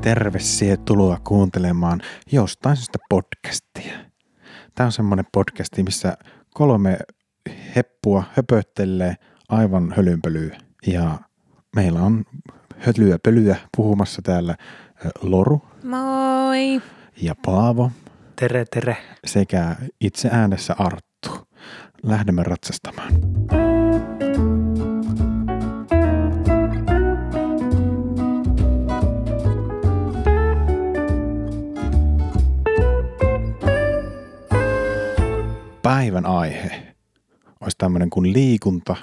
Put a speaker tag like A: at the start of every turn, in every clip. A: terve siihen tuloa kuuntelemaan jostain syystä podcastia. Tämä on semmoinen podcasti, missä kolme heppua höpöttelee aivan hölynpölyä. Ja meillä on hölyä pölyä puhumassa täällä ö, Loru
B: Moi!
A: ja Paavo
C: Tere, tere.
A: sekä itse äänessä Arttu. Lähdemme ratsastamaan. Päivän aihe olisi tämmöinen kuin liikunta,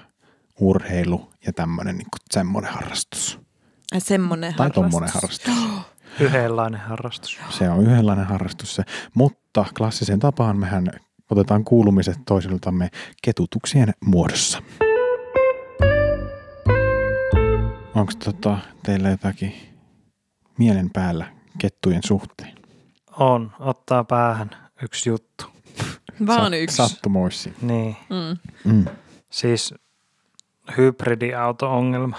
A: urheilu ja tämmöinen niin semmoinen harrastus.
B: Ai, Semmonen
A: Tai
B: harrastus.
A: tommonen harrastus.
C: Yhdenlainen harrastus.
A: Se on yhdenlainen harrastus se, mutta klassiseen tapaan mehän otetaan kuulumiset toisiltamme ketutuksien muodossa. Onko tota, teillä jotakin mielen päällä kettujen suhteen?
C: On, ottaa päähän yksi juttu.
B: Vaan
A: Sat-
B: yksi.
A: Sattumoissi.
C: Niin,
B: Mm.
A: Mm.
C: siis hybridiauto-ongelma.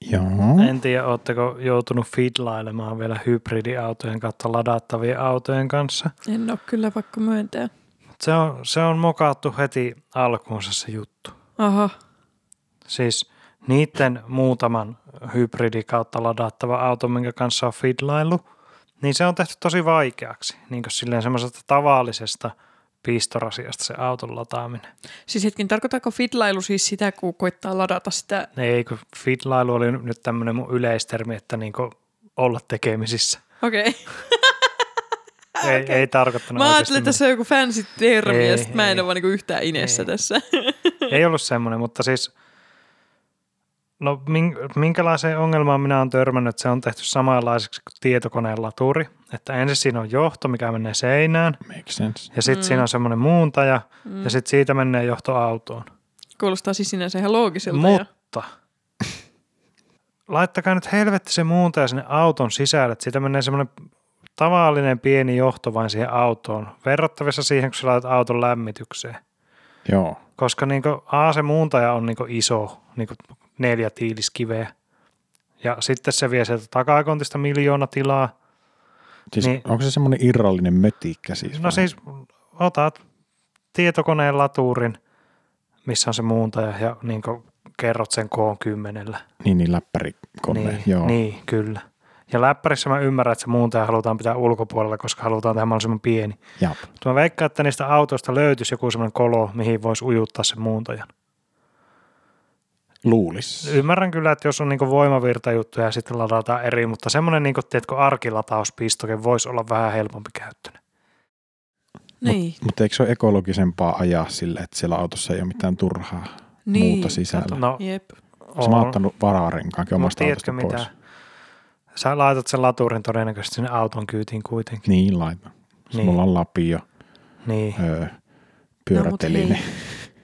A: Joo.
C: En tiedä, ootteko joutunut fidlailemaan vielä hybridiautojen kautta ladattavien autojen kanssa.
B: En ole kyllä pakko myöntää.
C: Mut Se on, se on mokattu heti alkuunsa se juttu.
B: Aha.
C: Siis niiden muutaman hybridi kautta ladattava auto, minkä kanssa on fidlailu, niin se on tehty tosi vaikeaksi. Niin kuin silleen semmoisesta tavallisesta pistorasiasta se auton lataaminen.
B: Siis hetken, tarkoittaako fidlailu siis sitä, kun koittaa ladata sitä?
C: Ei, kun fidlailu oli nyt tämmöinen mun yleistermi, että niinku olla tekemisissä.
B: Okei. Okay.
C: Ei, ei tarkoittanut
B: Mä
C: oikeasti
B: ajattelin, että tässä on joku fancy termi ei, ja
C: Ei,
B: sit mä en
C: ei.
B: ole vaan niinku yhtään inessä
C: Ei.
B: tässä.
C: mitään. Ei ollut semmoinen, mutta siis... No min- minkälaiseen ongelmaan minä olen törmännyt, että se on tehty samanlaiseksi kuin tietokoneen laturi. Että ensin siinä on johto, mikä menee seinään,
A: Makes sense.
C: ja sitten siinä on semmoinen muuntaja, ja sitten siitä menee johto autoon.
B: Kuulostaa siis sinänsä ihan loogiselta. ja...
C: Mutta laittakaa nyt helvetti se muuntaja sinne auton sisälle, että siitä menee semmoinen tavallinen pieni johto vain siihen autoon, verrattavissa siihen, kun sä laitat auton lämmitykseen.
A: Joo.
C: Koska niin kuin, A, se muuntaja on niin iso, niin neljä tiiliskiveä. Ja sitten se vie sieltä takakontista miljoona tilaa.
A: Siis niin.
C: Niin.
A: onko se semmoinen irrallinen mötikkä siis?
C: No
A: vai?
C: siis otat tietokoneen laturin, missä on se muuntaja, ja niin kerrot sen koon kymmenellä.
A: Niin, niin läppärikone.
C: Niin,
A: Joo.
C: niin, kyllä. Ja läppärissä mä ymmärrän, että se muuntaja halutaan pitää ulkopuolella, koska halutaan tehdä mahdollisimman pieni.
A: Jap.
C: Mutta mä veikkaan, että niistä autoista löytyisi joku semmoinen kolo, mihin voisi ujuttaa sen muuntajan.
A: Luulis.
C: Ymmärrän kyllä, että jos on niinku voimavirtajuttuja ja sitten ladataan eri, mutta semmoinen niinku, tiedätkö, arkilatauspistoke voisi olla vähän helpompi käyttöinen.
B: Niin,
A: Mutta eikö se ole ekologisempaa ajaa sille, että siellä autossa ei ole mitään turhaa
B: niin.
A: muuta sisällä?
C: No,
B: Jep.
A: Oon. Siis Mä oon ottanut vararenkaankin
C: mut
A: omasta autosta pois.
C: mitä? Sä laitat sen laturin todennäköisesti sinne auton kyytiin kuitenkin.
A: Niin laita. Niin.
C: Niin.
A: Mulla on lapio,
C: Niin.
A: öö,
B: No, mut
A: pyöräteline.
B: hei.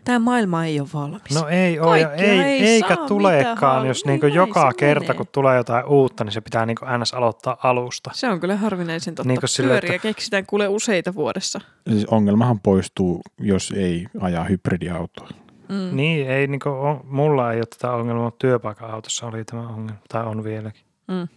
B: Tämä maailma ei ole valmis.
C: No ei ole, ja
B: Kaikkea
C: ei,
B: ei
C: eikä
B: saa mitä haluaa.
C: tulekaan, jos
B: Niin
C: niinku
B: näin
C: joka
B: se
C: kerta,
B: menee.
C: kun tulee jotain uutta, niin se pitää niinku ns. aloittaa alusta.
B: Se on kyllä harvinaisen totta.
C: Niin
B: Niin
C: kuin sillä,
B: Pyöriä keksitään kuule useita vuodessa.
A: siis ongelmahan poistuu, jos ei ajaa hybridiautoa.
B: Mm.
C: Niin, ei niinku, on, mulla ei ole tätä ongelmaa, mutta työpaikan autossa oli tämä ongelma, tai on vieläkin.
B: Mm.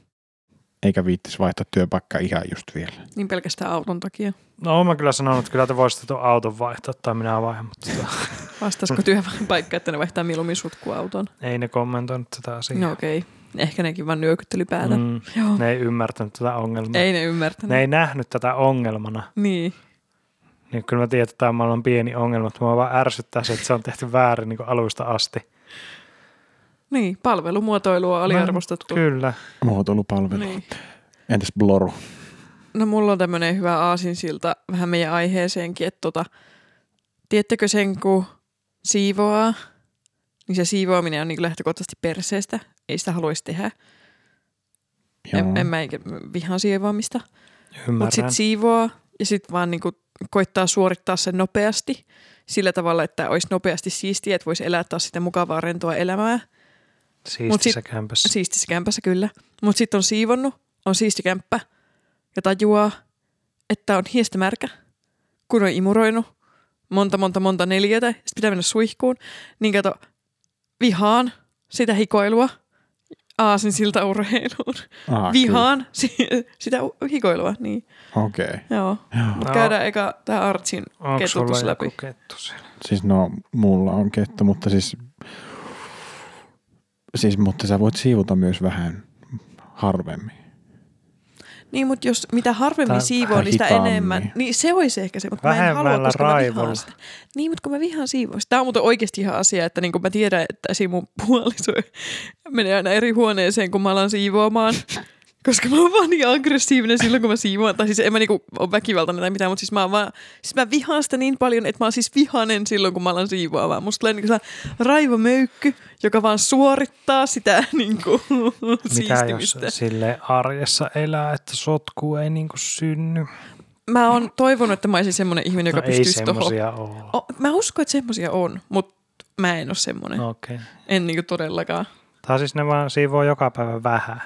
A: Eikä viittis vaihtaa työpaikkaa ihan just vielä.
B: Niin pelkästään auton takia.
C: No oon mä kyllä sanonut, että kyllä te voisitte tuon auton vaihtaa, tai minä vaihdan, mutta tota,
B: Vastaisiko työpaikka, että ne vaihtaa mieluummin sutkuauton?
C: ei ne kommentoinut tätä asiaa.
B: No okei. Okay. Ehkä nekin vaan nyökytteli päätä. Mm.
C: Niin. Mm,
B: Joo.
C: ne ei ymmärtänyt tätä ongelmaa.
B: Ei ne ymmärtänyt.
C: Ne ei nähnyt tätä ongelmana.
B: Niin.
C: Niin kyllä mä tiedän, että tämä on maailman pieni ongelma, mutta mua vaan ärsyttää se, että se on tehty väärin niin alusta asti.
B: Niin, palvelumuotoilua oli
C: Mä-
B: arvostettu.
C: Kyllä.
A: Muotoilupalvelu. Niin.
B: Niin.
A: Entäs bloru?
B: No mulla on tämmönen hyvä aasinsilta vähän meidän aiheeseenkin, että tota, tiedättekö sen, kun siivoaa, niin se siivoaminen on niin lähtökohtaisesti perseestä. Ei sitä haluaisi tehdä. En, en mä eikä vihaan siivoamista. Mutta
C: Ymmärrän.
B: sitten siivoaa ja sitten vaan niinku koittaa suorittaa sen nopeasti sillä tavalla, että olisi nopeasti siistiä, että voisi elää taas sitä mukavaa rentoa elämää. mut
C: Siistissä
B: sit-
C: kämpässä.
B: Siistissä kämpässä kyllä. Mutta sitten on siivonnut, on siisti kämppä ja tajuaa, että on hiestä märkä, kun on imuroinut monta, monta, monta neljötä. Sitten pitää mennä suihkuun. Niin kato, vihaan sitä hikoilua. aasin siltä urheiluun.
A: Ah,
B: Vihaan si- sitä u- hikoilua, niin
A: Okei. Okay.
B: joo. Mut
C: No.
B: käydään eka tämä Artsin
C: Onko
B: ketutus
C: sulla
B: läpi.
C: joku kettu siellä?
A: Siis no, mulla on kettu, mutta siis, siis mutta sä voit siivuta myös vähän harvemmin.
B: Niin, mutta jos mitä harvemmin
C: Tai-
B: siivoo,
A: Tai
B: niin sitä
A: hitaammin.
B: enemmän. Niin se olisi ehkä se, mutta mä en halua,
C: Vähemmällä
B: koska mä
C: raivolla.
B: vihaan sitä. Niin, mutta kun mä vihaan siivoista. Tämä on muuten oikeasti ihan asia, että niin kun mä tiedän, että esim. mun puoliso menee aina eri huoneeseen, kun mä alan siivoamaan. Koska mä oon vaan niin aggressiivinen silloin, kun mä siivoan. Tai siis en mä niinku ole väkivaltainen tai mitään, mutta siis mä, oon vaan, siis mä vihaan sitä niin paljon, että mä oon siis vihanen silloin, kun mä alan siivoamaan. Musta tulee niinku sellainen raivomöykky, joka vaan suorittaa sitä niinku
C: Mitä jos
B: siistimistä.
C: sille arjessa elää, että sotku ei niinku synny?
B: Mä oon toivonut, että mä olisin semmoinen ihminen, joka
C: no ei
B: pystyisi Oh. tuohon.
C: semmosia ole.
B: O, mä uskon, että semmoisia on, mutta mä en ole semmoinen. No.
C: No okei. Okay.
B: En niinku todellakaan.
C: Tai siis ne vaan siivoo joka päivä vähän.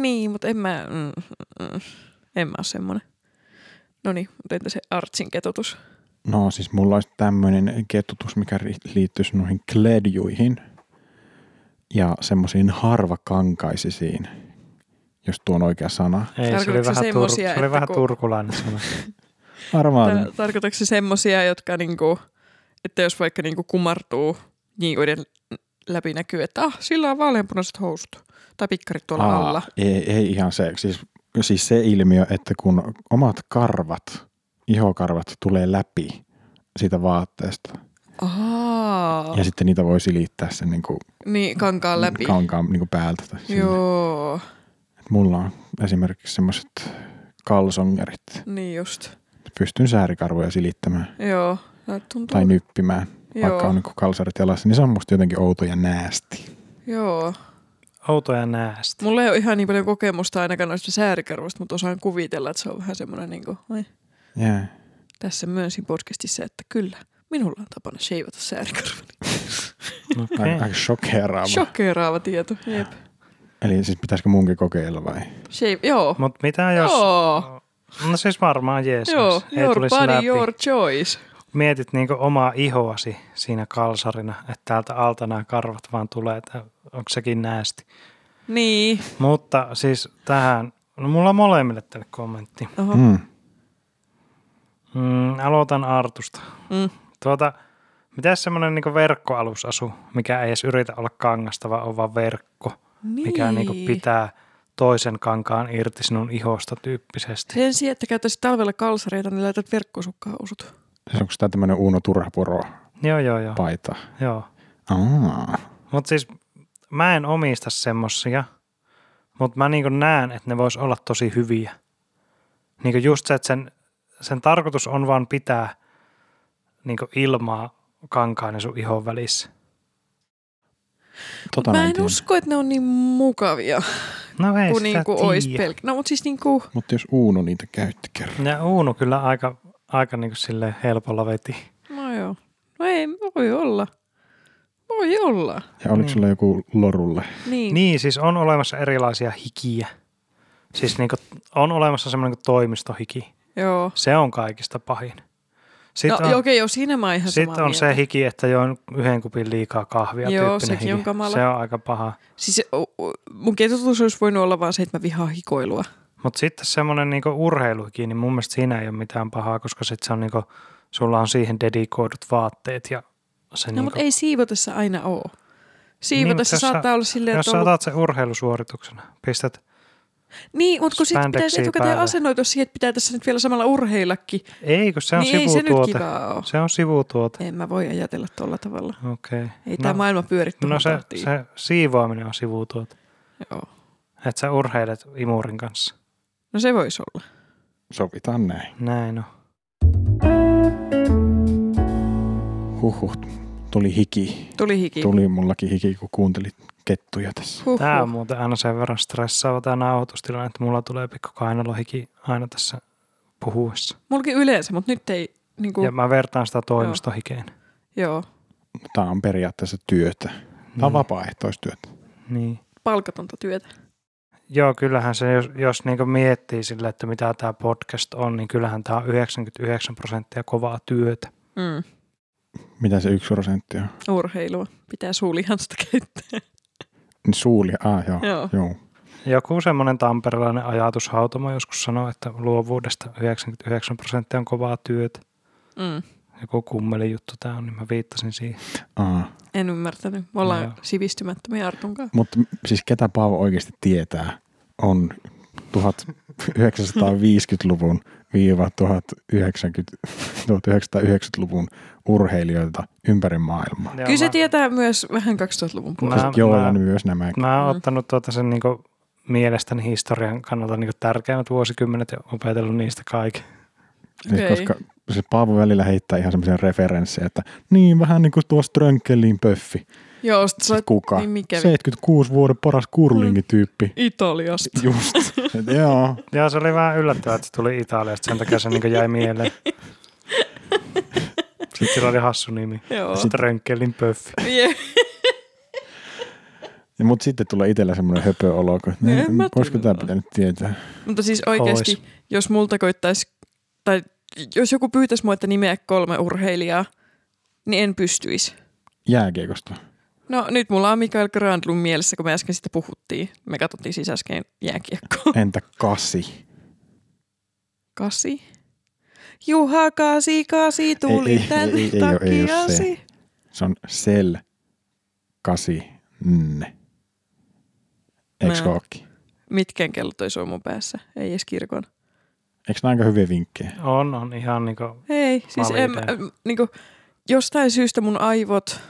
B: Niin, mutta en mä, mm, mm, en mä ole semmoinen. No niin, mutta entä se artsin ketutus?
A: No siis mulla olisi tämmöinen kettutus, mikä ri- liittyisi noihin kledjuihin ja semmoisiin harvakankaisisiin, jos tuo on oikea sana.
C: Ei, se oli
B: Tarkoitatko
C: vähän, tur-
B: semmosia,
C: se oli
B: että
C: vähän
B: kun-
C: turkulainen sana.
A: Arvaan.
B: Tar- Tarkoitatko se semmoisia, jotka niinku, että jos vaikka niinku kumartuu, niin joiden läpi näkyy, että ah, sillä on vaaleanpunaiset housut. Tai pikkarit tuolla Aa. alla.
A: Ei, ei ihan se. Siis, siis se ilmiö, että kun omat karvat, ihokarvat tulee läpi siitä vaatteesta
B: Aa,
A: ja sitten niitä voi silittää sen niin kuin
B: niin kankaan läpi.
A: kankaan niin kuin päältä. tai sinne.
B: Joo,
A: Et Mulla on esimerkiksi semmoiset kalsongerit.
B: niin just.
A: Pystyn säärikarvoja silittämään
B: Joo, Tää tuntuu
A: tai nyppimään, vaikka
B: Joo.
A: on niin kuin kalsarit jalassa. Niin se on musta jotenkin outo ja näästi.
B: Joo.
C: Outo ja näästi.
B: Mulla ei ole ihan niin paljon kokemusta ainakaan noista säärikarvoista, mutta osaan kuvitella, että se on vähän semmoinen, niin kuin, oi,
A: Yeah.
B: tässä myönsin podcastissa, että kyllä, minulla on tapana sheivata säärikarvani.
A: Aika,
C: Okei.
A: aika shokeraava.
B: Shokeeraava tieto, jep.
A: Eli siis pitäisikö munkin kokeilla vai?
B: Shave, joo.
C: Mut mitä jos...
B: Joo,
C: No siis varmaan jees.
B: joo,
C: ei
B: your
C: tulisi
B: body,
C: läpi.
B: your choice.
C: Mietit niinku omaa ihoasi siinä kalsarina, että täältä alta nämä karvat vaan tulee, että onko sekin näästi.
B: Niin,
C: Mutta siis tähän, no mulla on molemmille tälle kommentti.
B: Oho.
A: Mm.
C: Mm, aloitan Artusta.
B: Mm.
C: Tuota, mitä semmoinen niinku verkkoalusasu, mikä ei edes yritä olla kangasta, vaan on vaan verkko,
B: niin.
C: mikä niinku pitää toisen kankaan irti sinun ihosta tyyppisesti.
B: Sen sijaan, että käyttäisit talvella kalsareita, niin laitat verkkosukkaa usut.
A: Siis onko tämä tämmöinen Uno Turhapuro
C: Joo, joo, joo.
A: paita?
C: joo.
A: Aa.
C: Mutta siis mä en omista semmosia, mutta mä niin näen, että ne vois olla tosi hyviä. Niin just se, että sen, sen tarkoitus on vaan pitää niin ilmaa kankaan ja sun ihon välissä.
A: Tota
B: Mä en
A: tiedä.
B: usko, että ne on niin mukavia,
C: No ei
B: kun
C: sitä
B: niinku
C: tiedä.
B: ois pelkkä. No, mutta siis niinku,
A: Mutta jos Uuno niitä käytti kerran.
C: Ja Uunu kyllä aika, aika niin sille helpolla veti.
B: no joo. No ei, voi olla. Voi olla.
A: Ja oliko
C: Niin.
A: sulla joku lorulle?
B: Niin.
C: Niin, siis on olemassa erilaisia hikiä. Siis niin on olemassa semmoinen kuin toimistohiki.
B: Joo.
C: Se on kaikista pahin.
B: No,
C: Sitten
B: okei,
C: on,
B: okay, joo, siinä mä oon ihan samaa
C: Sitten on se
B: mieltä.
C: hiki, että join yhden kupin liikaa kahvia
B: Joo,
C: tyyppinen
B: sekin
C: hiki.
B: on kamala.
C: Se on aika paha.
B: Siis o- o- mun ketjutus olisi voinut olla vaan se, että mä vihaan hikoilua. No,
C: Mutta sitten semmoinen niinku urheiluhiki, niin mun mielestä siinä ei ole mitään pahaa, koska sit se on niinku, sulla on siihen dedikoidut vaatteet ja se
B: No,
C: niinku,
B: mutta ei siivotessa aina oo.
C: Niin, mut
B: Siivotessa
C: jos sä-
B: saattaa olla silleen,
C: jos
B: että
C: sä
B: on ollut...
C: otat sen urheilusuorituksena, pistät,
B: Niin, mutta kun sit pitäisi
C: spandexia
B: etukäteen
C: päälle.
B: asennoitua siihen, että pitää tässä nyt vielä samalla urheillakin,
C: ei kun se on
B: niin ei se nyt
C: sivutuote.
B: kivaa oo.
C: se, on sivutuote,
B: En mä voi ajatella tuolla tavalla.
C: okei. Okay.
B: Ei no, tämä
C: no,
B: maailma pyöri tuohon
C: no se,
B: tahtiin.
C: se siivoaminen on sivutuote,
B: Joo.
C: että sä urheilet imurin kanssa.
B: No se voisi olla.
A: Sovitaan näin.
C: Näin on.
A: Huhhuh, tuli hiki.
B: Tuli hiki.
A: Tuli mullakin hiki, kun kuuntelit kettuja tässä.
B: Huhhuh.
C: Tämä on muuten aina sen verran stressaava tämä nauhoitustilanne, että mulla tulee pikku kainalohiki aina tässä puhuessa.
B: Mulkin yleensä, mutta nyt ei niinku...
C: Ja mä vertaan sitä toimistohikeen.
B: Joo.
A: Tämä on periaatteessa työtä. Tämä
B: Mm.
A: on vapaaehtoistyötä.
C: niin.
B: Palkatonta työtä.
C: Joo, kyllähän se, jos, jos niinku miettii sille, että mitä tämä podcast on, niin kyllähän tämä on 99 prosenttia kovaa työtä.
B: Mm.
A: Mitä se yksi prosentti on?
B: Urheilua. Pitää suulihansta käyttää.
A: Niin Suuli, ah, joo.
B: Joo.
A: joo.
C: Joku semmoinen tamperelainen ajatushautomo joskus sanoi, että luovuudesta 99 prosenttia on kovaa työtä.
B: Mm.
C: Joku kummeli juttu tämä on, niin mä viittasin siihen.
A: Ah.
B: En ymmärtänyt. Me ollaan
C: Joo.
B: sivistymättömiä Artunkaan.
A: Mutta siis ketä Paavo oikeasti tietää on 1950-luvun viiva 1990 1990-luvun urheilijoita ympäri maailmaa.
C: Ja
B: Kyllä se
C: mä-
B: tietää myös vähän 2000-luvun puolella.
C: Mä-
A: Siis Joo,
C: mä-
A: on myös nämä.
C: Mä oon
B: Mm.
C: ottanut tuota sen niin mielestäni historian kannalta niin tärkeimmät vuosikymmenet ja opetellut niistä kaiken.
A: Siis
B: Okei.
A: koska se Paavo välillä heittää ihan semmoisia referenssejä, että niin vähän niin kuin tuo Strönkelin pöffi.
B: Joo, sit sä
A: Sä, kuka?
B: niin mikä vi-
A: 76 vuoden paras kurlingityyppi.
B: Italiasta.
A: Just. Et Joo.
C: Joo, se oli vähän yllättävää, että se tuli Italiasta, sen takia se niin jäi mieleen. Sitten sillä oli hassu nimi.
B: Joo.
A: Sit-
C: Rönkkelin pöffi.
B: Je-
A: Mutta sitten tulee itsellä semmoinen höpöolo, kun
B: No en mä
A: olisiko tämä
B: tiedä.
A: pitänyt tietää.
B: Mutta siis oikeasti,
C: Ois.
B: jos multa koittaisi, tai jos joku pyytäisi mua, että nimeä kolme urheilijaa, niin en pystyisi.
A: Jääkiekosta.
B: No nyt mulla on Mikael Granlund mielessä, kun me äsken sitä puhuttiin. Me katsottiin siis äsken jääkiekkoa.
A: Entä kasi?
B: Kasi. Juha Kasi, Kasi tuli
A: Ei, ei,
B: tän
A: ei, ei, ei oo- ei oo se.
B: takiasi.
A: Se on sel, kasi, nne. Eiks
B: Mä-
A: hookki?
B: Mitken kello toi soi mun päässä, ei edes kirkon.
A: Eiks nää aika hyviä vinkkejä?
C: On, on ihan niin kuin,
B: Ei, siis en,
C: Validea.
B: äh, niinku, jostain syystä mun aivot,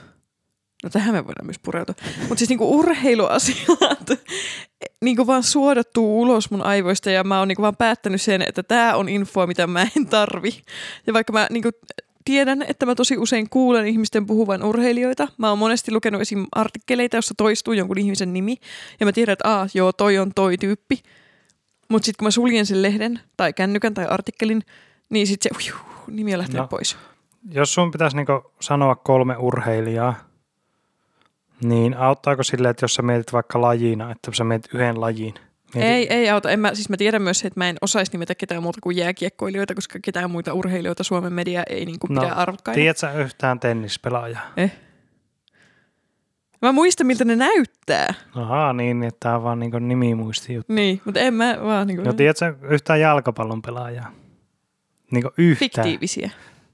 B: no tähän me voidaan myös pureutua, mutta siis niinku urheiluasiat niinku vaan suodattuu ulos mun aivoista ja mä oon niinku vaan päättänyt sen, että tämä on infoa, mitä mä en tarvi. Ja vaikka mä niinku tiedän, että mä tosi usein kuulen ihmisten puhuvan urheilijoita. Mä oon monesti lukenut esim. artikkeleita, jossa toistuu jonkun ihmisen nimi. Ja mä tiedän, että aah, joo, toi on toi tyyppi. Mutta sitten kun mä suljen sen lehden tai kännykän tai artikkelin, niin sitten se ujuu, nimi on lähtenyt
C: No.
B: no. pois.
C: jos sun pitäisi niin sanoa kolme urheilijaa, niin auttaako silleen, että jos sä mietit vaikka lajina, että sä mietit yhden lajin? Mietit,
B: Ei, ei auta. En mä, siis mä tiedän myös, se, että mä en osaisi nimetä ketään muuta kuin jääkiekkoilijoita, koska ketään muita urheilijoita Suomen media ei niin kuin
C: No,
B: no, pidä arvokkaina.
C: Tiedät sä yhtään tennispelaajaa?
B: Mä muistan, miltä ne näyttää.
C: Ahaa, niin, että tämä on vaan niin nimimuisti juttu.
B: Niin, mutta en mä vaan niin kuin,
C: No tiedätkö yhtään jalkapallon pelaajaa? Niin yhtään.
B: fiktiivisiä.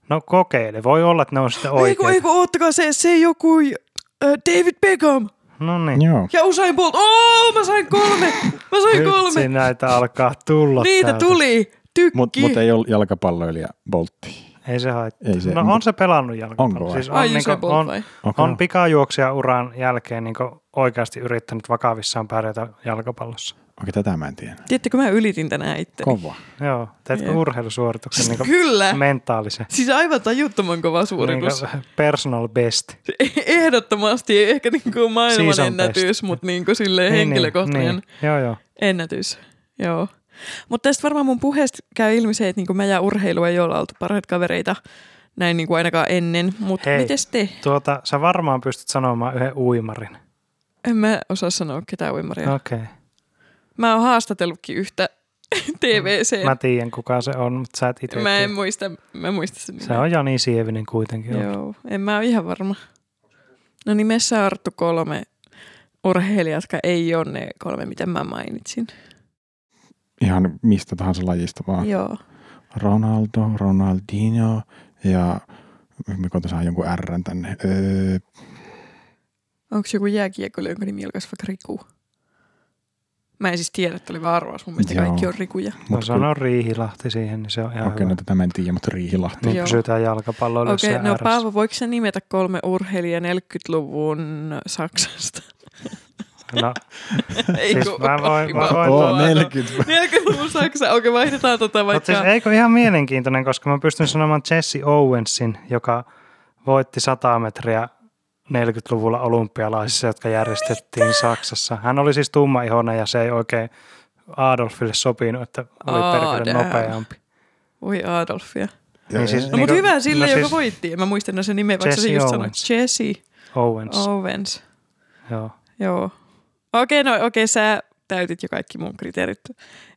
C: No kokeile. Voi olla, että ne on sitten
B: Ei kun, ei
C: oikein.
B: kun, oottakaa se, se joku äh, David Beckham
C: No niin.
A: Joo.
B: ja Usain Bolt. Oo, mä sain kolme! Mä sain
C: Nyt
B: kolme!
C: se näitä alkaa tulla
B: Niitä
C: täältä.
B: tuli! Tykki!
A: Mutta mut ei ole jalkapalloilija Boltti.
C: Ei se haittaa.
A: Ei se-
C: no on
A: mut-
C: se pelannut jalkapalloa.
A: Onko vai?
C: Siis on,
B: Ai
C: niin
B: Usain Bolt
C: on,
B: vai?
A: Okay.
C: on pikajuoksija uran jälkeen niin oikeasti yrittänyt vakavissaan pärjätä jalkapallossa.
A: Okei, tätä mä en tiedä.
B: Tiedättekö, mä ylitin tänään itteni.
A: Kova.
C: Joo, teetkö
B: Jep.
C: urheilusuorituksen niin
B: Kyllä!
C: mentaalisen?
B: Siis aivan tajuttoman kova
C: Niinku
B: suoritus.
C: personal best.
B: Ehdottomasti ei ehkä niinku maailman
C: Season
B: ennätys, mutta niinku silleen henkilökohtainen
C: Niin, niin. Joo, joo.
B: ennätys. Joo. Mutta tästä varmaan mun puheesta käy ilmi se, että niinku mä ja urheilu ei olla oltu parhaita kavereita näin niinku ainakaan ennen. Mutta
C: Hei.
B: mites te?
C: Tuota, sä varmaan pystyt sanomaan yhden uimarin.
B: En mä osaa sanoa ketään uimaria. No.
C: Okei. Okay.
B: Mä oon haastatellut yhtä TVC.
C: Mä tiedän, kuka se on, mutta sä et itse
B: Mä en muista, mä en muista sen
C: Se on Jani Sievinen kuitenkin. ollut.
B: Joo, en mä ole ihan varma. No nimessä Arttu kolme urheilijat, jotka ei ole ne kolme, mitä mä mainitsin.
A: Ihan mistä tahansa lajista vaan.
C: Ah.
B: Joo.
A: Ronaldo, Ronaldinho ja me kohta saa jonkun R tänne. Öö,
B: Onko joku jääkiekko, jonka nimi alkaisi vaikka Riku? Mä en siis tiedä, että oli vaan arvaus. Mun mielestä
A: Joo.
B: kaikki on Rikuja.
C: No
A: mut
C: sano Riihilahti siihen, niin se on ihan
A: Okei,
C: hyvä.
A: no tätä mä en tiedä, mutta Riihilahti.
C: Niin
B: Joo.
C: pysytään jalkapalloilla
B: Okei,
C: okay,
B: okay, no Paavo, voiko sä nimetä kolme urheilijaa 40-luvun Saksasta?
C: no,
B: ei
C: siis
B: kun-
C: mä voin, mä
B: aivan
C: voin
A: Oo,
B: tuo-
C: tulla.
B: tuota.
A: 40.
B: 40-luvun Saksa, okei vaihdetaan tota
C: Mutta
B: vaikka.
C: siis eikö ihan mielenkiintoinen, koska mä pystyn sanomaan Jesse Owensin, joka voitti 100 metriä 40-luvulla olympialaisissa, jotka järjestettiin Saksassa. Hän oli siis tummaihoinen ja se ei oikein Adolfille sopinut, että oli
B: Aa,
C: perkele
B: damn.
C: nopeampi.
B: Voi Adolfia.
C: Niin siis-
B: No
C: Niin
B: mutta
C: kuin-
B: hyvä sille,
C: no
B: joka
C: siis-
B: voitti. En Mä muistan no sen nimen, vaikka
C: Jesse
B: se just sanoi.
C: Owens.
B: Jesse
C: Owens,
B: Oh. Owens.
C: joo.
B: Joo. Okei, no okei, sä täytit jo kaikki mun kriteerit.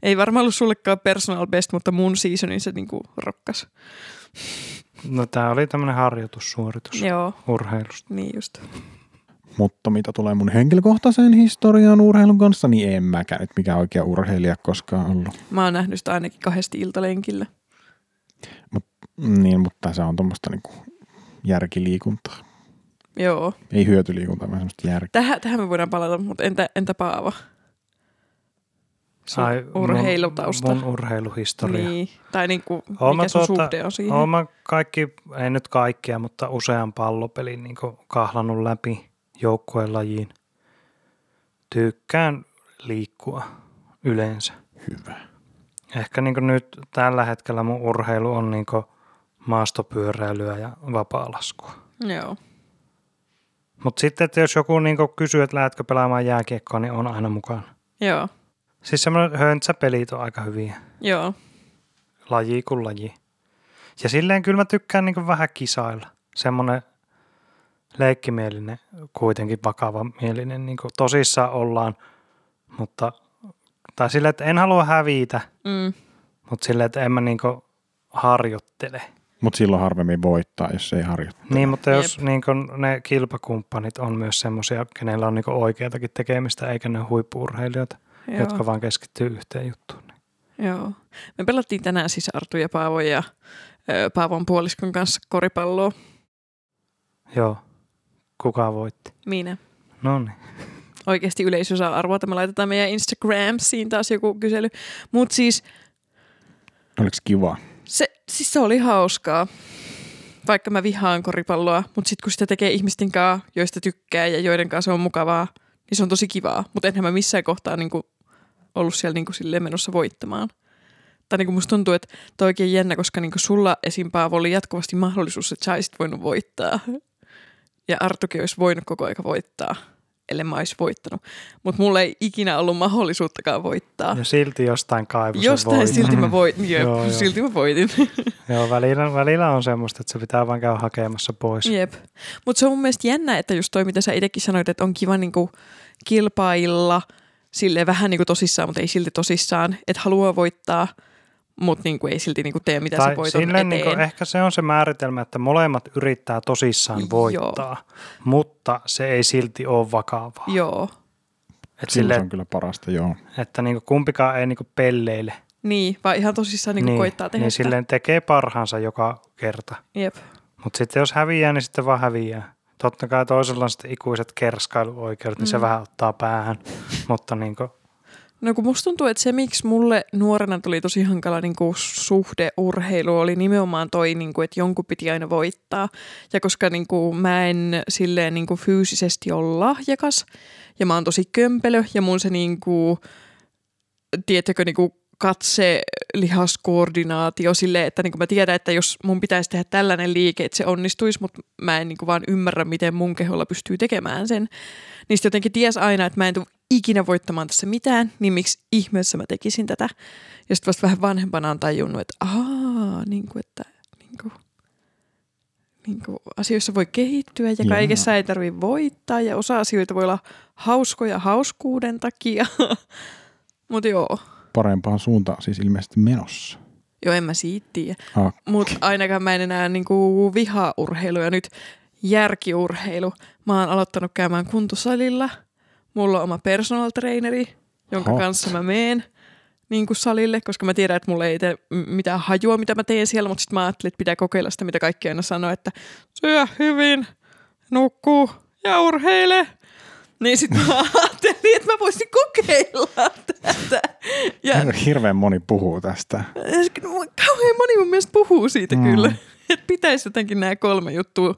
B: Ei varmaan ollut sullekaan personal best, mutta mun seasonin se niinku rokkas.
C: No tämä oli tämmöinen harjoitussuoritus
B: Joo,
C: urheilusta.
B: niin just.
A: Mutta mitä tulee mun henkilökohtaiseen historiaan urheilun kanssa, niin en mäkään nyt mikään oikea urheilija koskaan ollut.
B: Mä oon nähnyt sitä ainakin kahdesti iltalenkillä.
A: Niin, mutta se on tuommoista niinku järkiliikuntaa.
B: Joo.
A: Ei hyötyliikuntaa, vaan semmoista järkeä.
B: Tähän, tähän me voidaan palata, mutta entä, entä Paavo? Sun
C: Ai, mun-
B: urheilutausta.
C: Mun urheiluhistoria.
B: Niin. Tai niinku,
C: Oon mä
B: mikä sun
C: tuota-
B: suhde on siihen?
C: Oon mä kaikki, ei nyt kaikkia, mutta usean pallopelin niin kahlannut läpi joukkueen lajiin. Tykkään liikkua yleensä.
A: Hyvä.
C: Ehkä niin nyt tällä hetkellä mun urheilu on niin maastopyöräilyä ja vapaalaskua.
B: Joo.
C: Mutta sitten, että jos joku niin kysyy, että lähdetkö pelaamaan jääkiekkoa, niin on aina mukana.
B: Joo.
C: Siis semmoinen höntsäpelit on aika hyviä.
B: Joo.
C: laji kuin laji. Ja silleen kyllä mä tykkään niin vähän kisailla. Semmoinen leikkimielinen, kuitenkin vakava mielinen. Niin tosissaan ollaan, mutta tai silleen, että en halua hävitä,
B: Mm.
C: mutta silleen, että en mä niin harjoittele.
A: Mutta silloin harvemmin voittaa, jos ei harjoita.
C: Niin, mutta
B: Jep.
C: jos niin ne kilpakumppanit on myös semmoisia, kenellä on niin oikeatakin tekemistä, eikä ne huippurheilijoita,
B: Joo.
C: jotka vaan keskittyy yhteen juttuun. niin.
B: Joo. Me pelattiin tänään siis Artu ja Paavo ja ö, Paavon puoliskon kanssa koripalloa.
C: Joo, kuka voitti?
B: Minä.
C: No niin.
B: Oikeasti yleisö saa arvota. Me laitetaan meidän Instagramsiin taas joku kysely. Mutta siis
A: Oliko kiva?
B: se, siis se oli hauskaa. Vaikka mä vihaan koripalloa, mutta sitten kun sitä tekee ihmisten kanssa, joista tykkää ja joiden kanssa se on mukavaa, niin se on tosi kivaa. Mutta enhän mä missään kohtaa niinku ollut siellä niinku silleen menossa voittamaan. Tai niinku musta tuntuu, että toi on oikein jännä, koska niinku sulla esim. Paavo oli jatkuvasti mahdollisuus, että sä olisit voinut voittaa. Ja Artukin olisi voinut koko aika voittaa, ellei mä olisi voittanut. Mutta mulla ei ikinä ollut mahdollisuuttakaan voittaa.
C: Ja silti jostain kaivoi sen
B: Ah. Jostain
C: voiton.
B: silti mä voitin. Jep,
C: Joo, joo.
B: silti mä voitin.
C: Joo, välillä, välillä on semmoista, että se pitää vaan käydä hakemassa pois.
B: Jep. Mutta se on mun mielestä jännä, että just toi, mitä sä itsekin sanoit, että on kiva niinku kilpailla sille vähän niinku tosissaan, mutta ei silti tosissaan, että haluaa voittaa, mutta niinku ei silti niinku tee mitä sä voiton
C: silleen
B: eteen.
C: niinku ehkä se on se määritelmä, että molemmat yrittää tosissaan
B: Joo.
C: voittaa, mutta se ei silti ole vakavaa.
B: Joo.
C: Et
A: Silloin se on
C: silleen,
A: kyllä parasta, joo.
C: että niinku kumpikaan ei niinku pelleile.
B: Niin, vaan ihan tosissaan niinku koittaa tehdä
C: niin
B: sitä.
C: silleen tekee parhaansa joka kerta.
B: Jep.
C: Mutta sitten jos häviää, niin sitten vaan häviää. Totta kai toisella on sitten ikuiset kerskailuoikeudet, niin
B: Mm.
C: se vähän ottaa päähän. Mutta niinku,
B: No kun musta tuntuu, että se miksi mulle nuorena tuli tosi hankala niin kuin suhde urheilu oli nimenomaan toi, niin kuin, että jonkun piti aina voittaa. Ja koska niin kuin, mä en silleen niin kuin, fyysisesti ole lahjakas ja mä oon tosi kömpelö ja mun se niin kuin, tiettäkö niin kuin, katse, lihaskoordinaatio silleen, että niin kuin mä tiedän, että jos mun pitäisi tehdä tällainen liike, että se onnistuisi, mutta mä en niin kuin, vaan ymmärrä, miten mun keholla pystyy tekemään sen. Niin sitten jotenkin ties aina, että mä en tule ikinä voittamaan tässä mitään, niin miksi ihmeessä mä tekisin tätä. Ja sitten vasta vähän vanhempana on tajunnut, että ahaa, niin kuin, että niin kuin, niin kuin, asioissa voi kehittyä ja
A: Jaa.
B: kaikessa ei tarvitse voittaa ja osa asioita voi olla hauskoja hauskuuden takia. Mutta joo,
A: Parempaan suuntaan siis ilmeisesti menossa.
B: joo en mä siitä tiedä.
A: Ah,
B: Mutta ainakaan mä en enää niinku vihaa urheilua nyt järkiurheilu. Mä oon aloittanut käymään kuntosalilla. Mulla on oma personal traineri, jonka
A: Hot.
B: kanssa mä meen niinku salille, koska mä tiedän, että mulla ei tee m- mitään hajua, mitä mä teen siellä, mutta sitten mä ajattelin, että pitää kokeilla sitä, mitä kaikki aina sanoo, että syö hyvin, nukkuu ja urheile. Niin sitten mä ajattelin, että mä voisin kokeilla tätä. Ja
A: hirveän moni puhuu tästä.
B: no, Kauhean moni mun mielestä puhuu siitä mm.
A: Mm.
B: kyllä, että pitäisi jotenkin nämä kolme juttua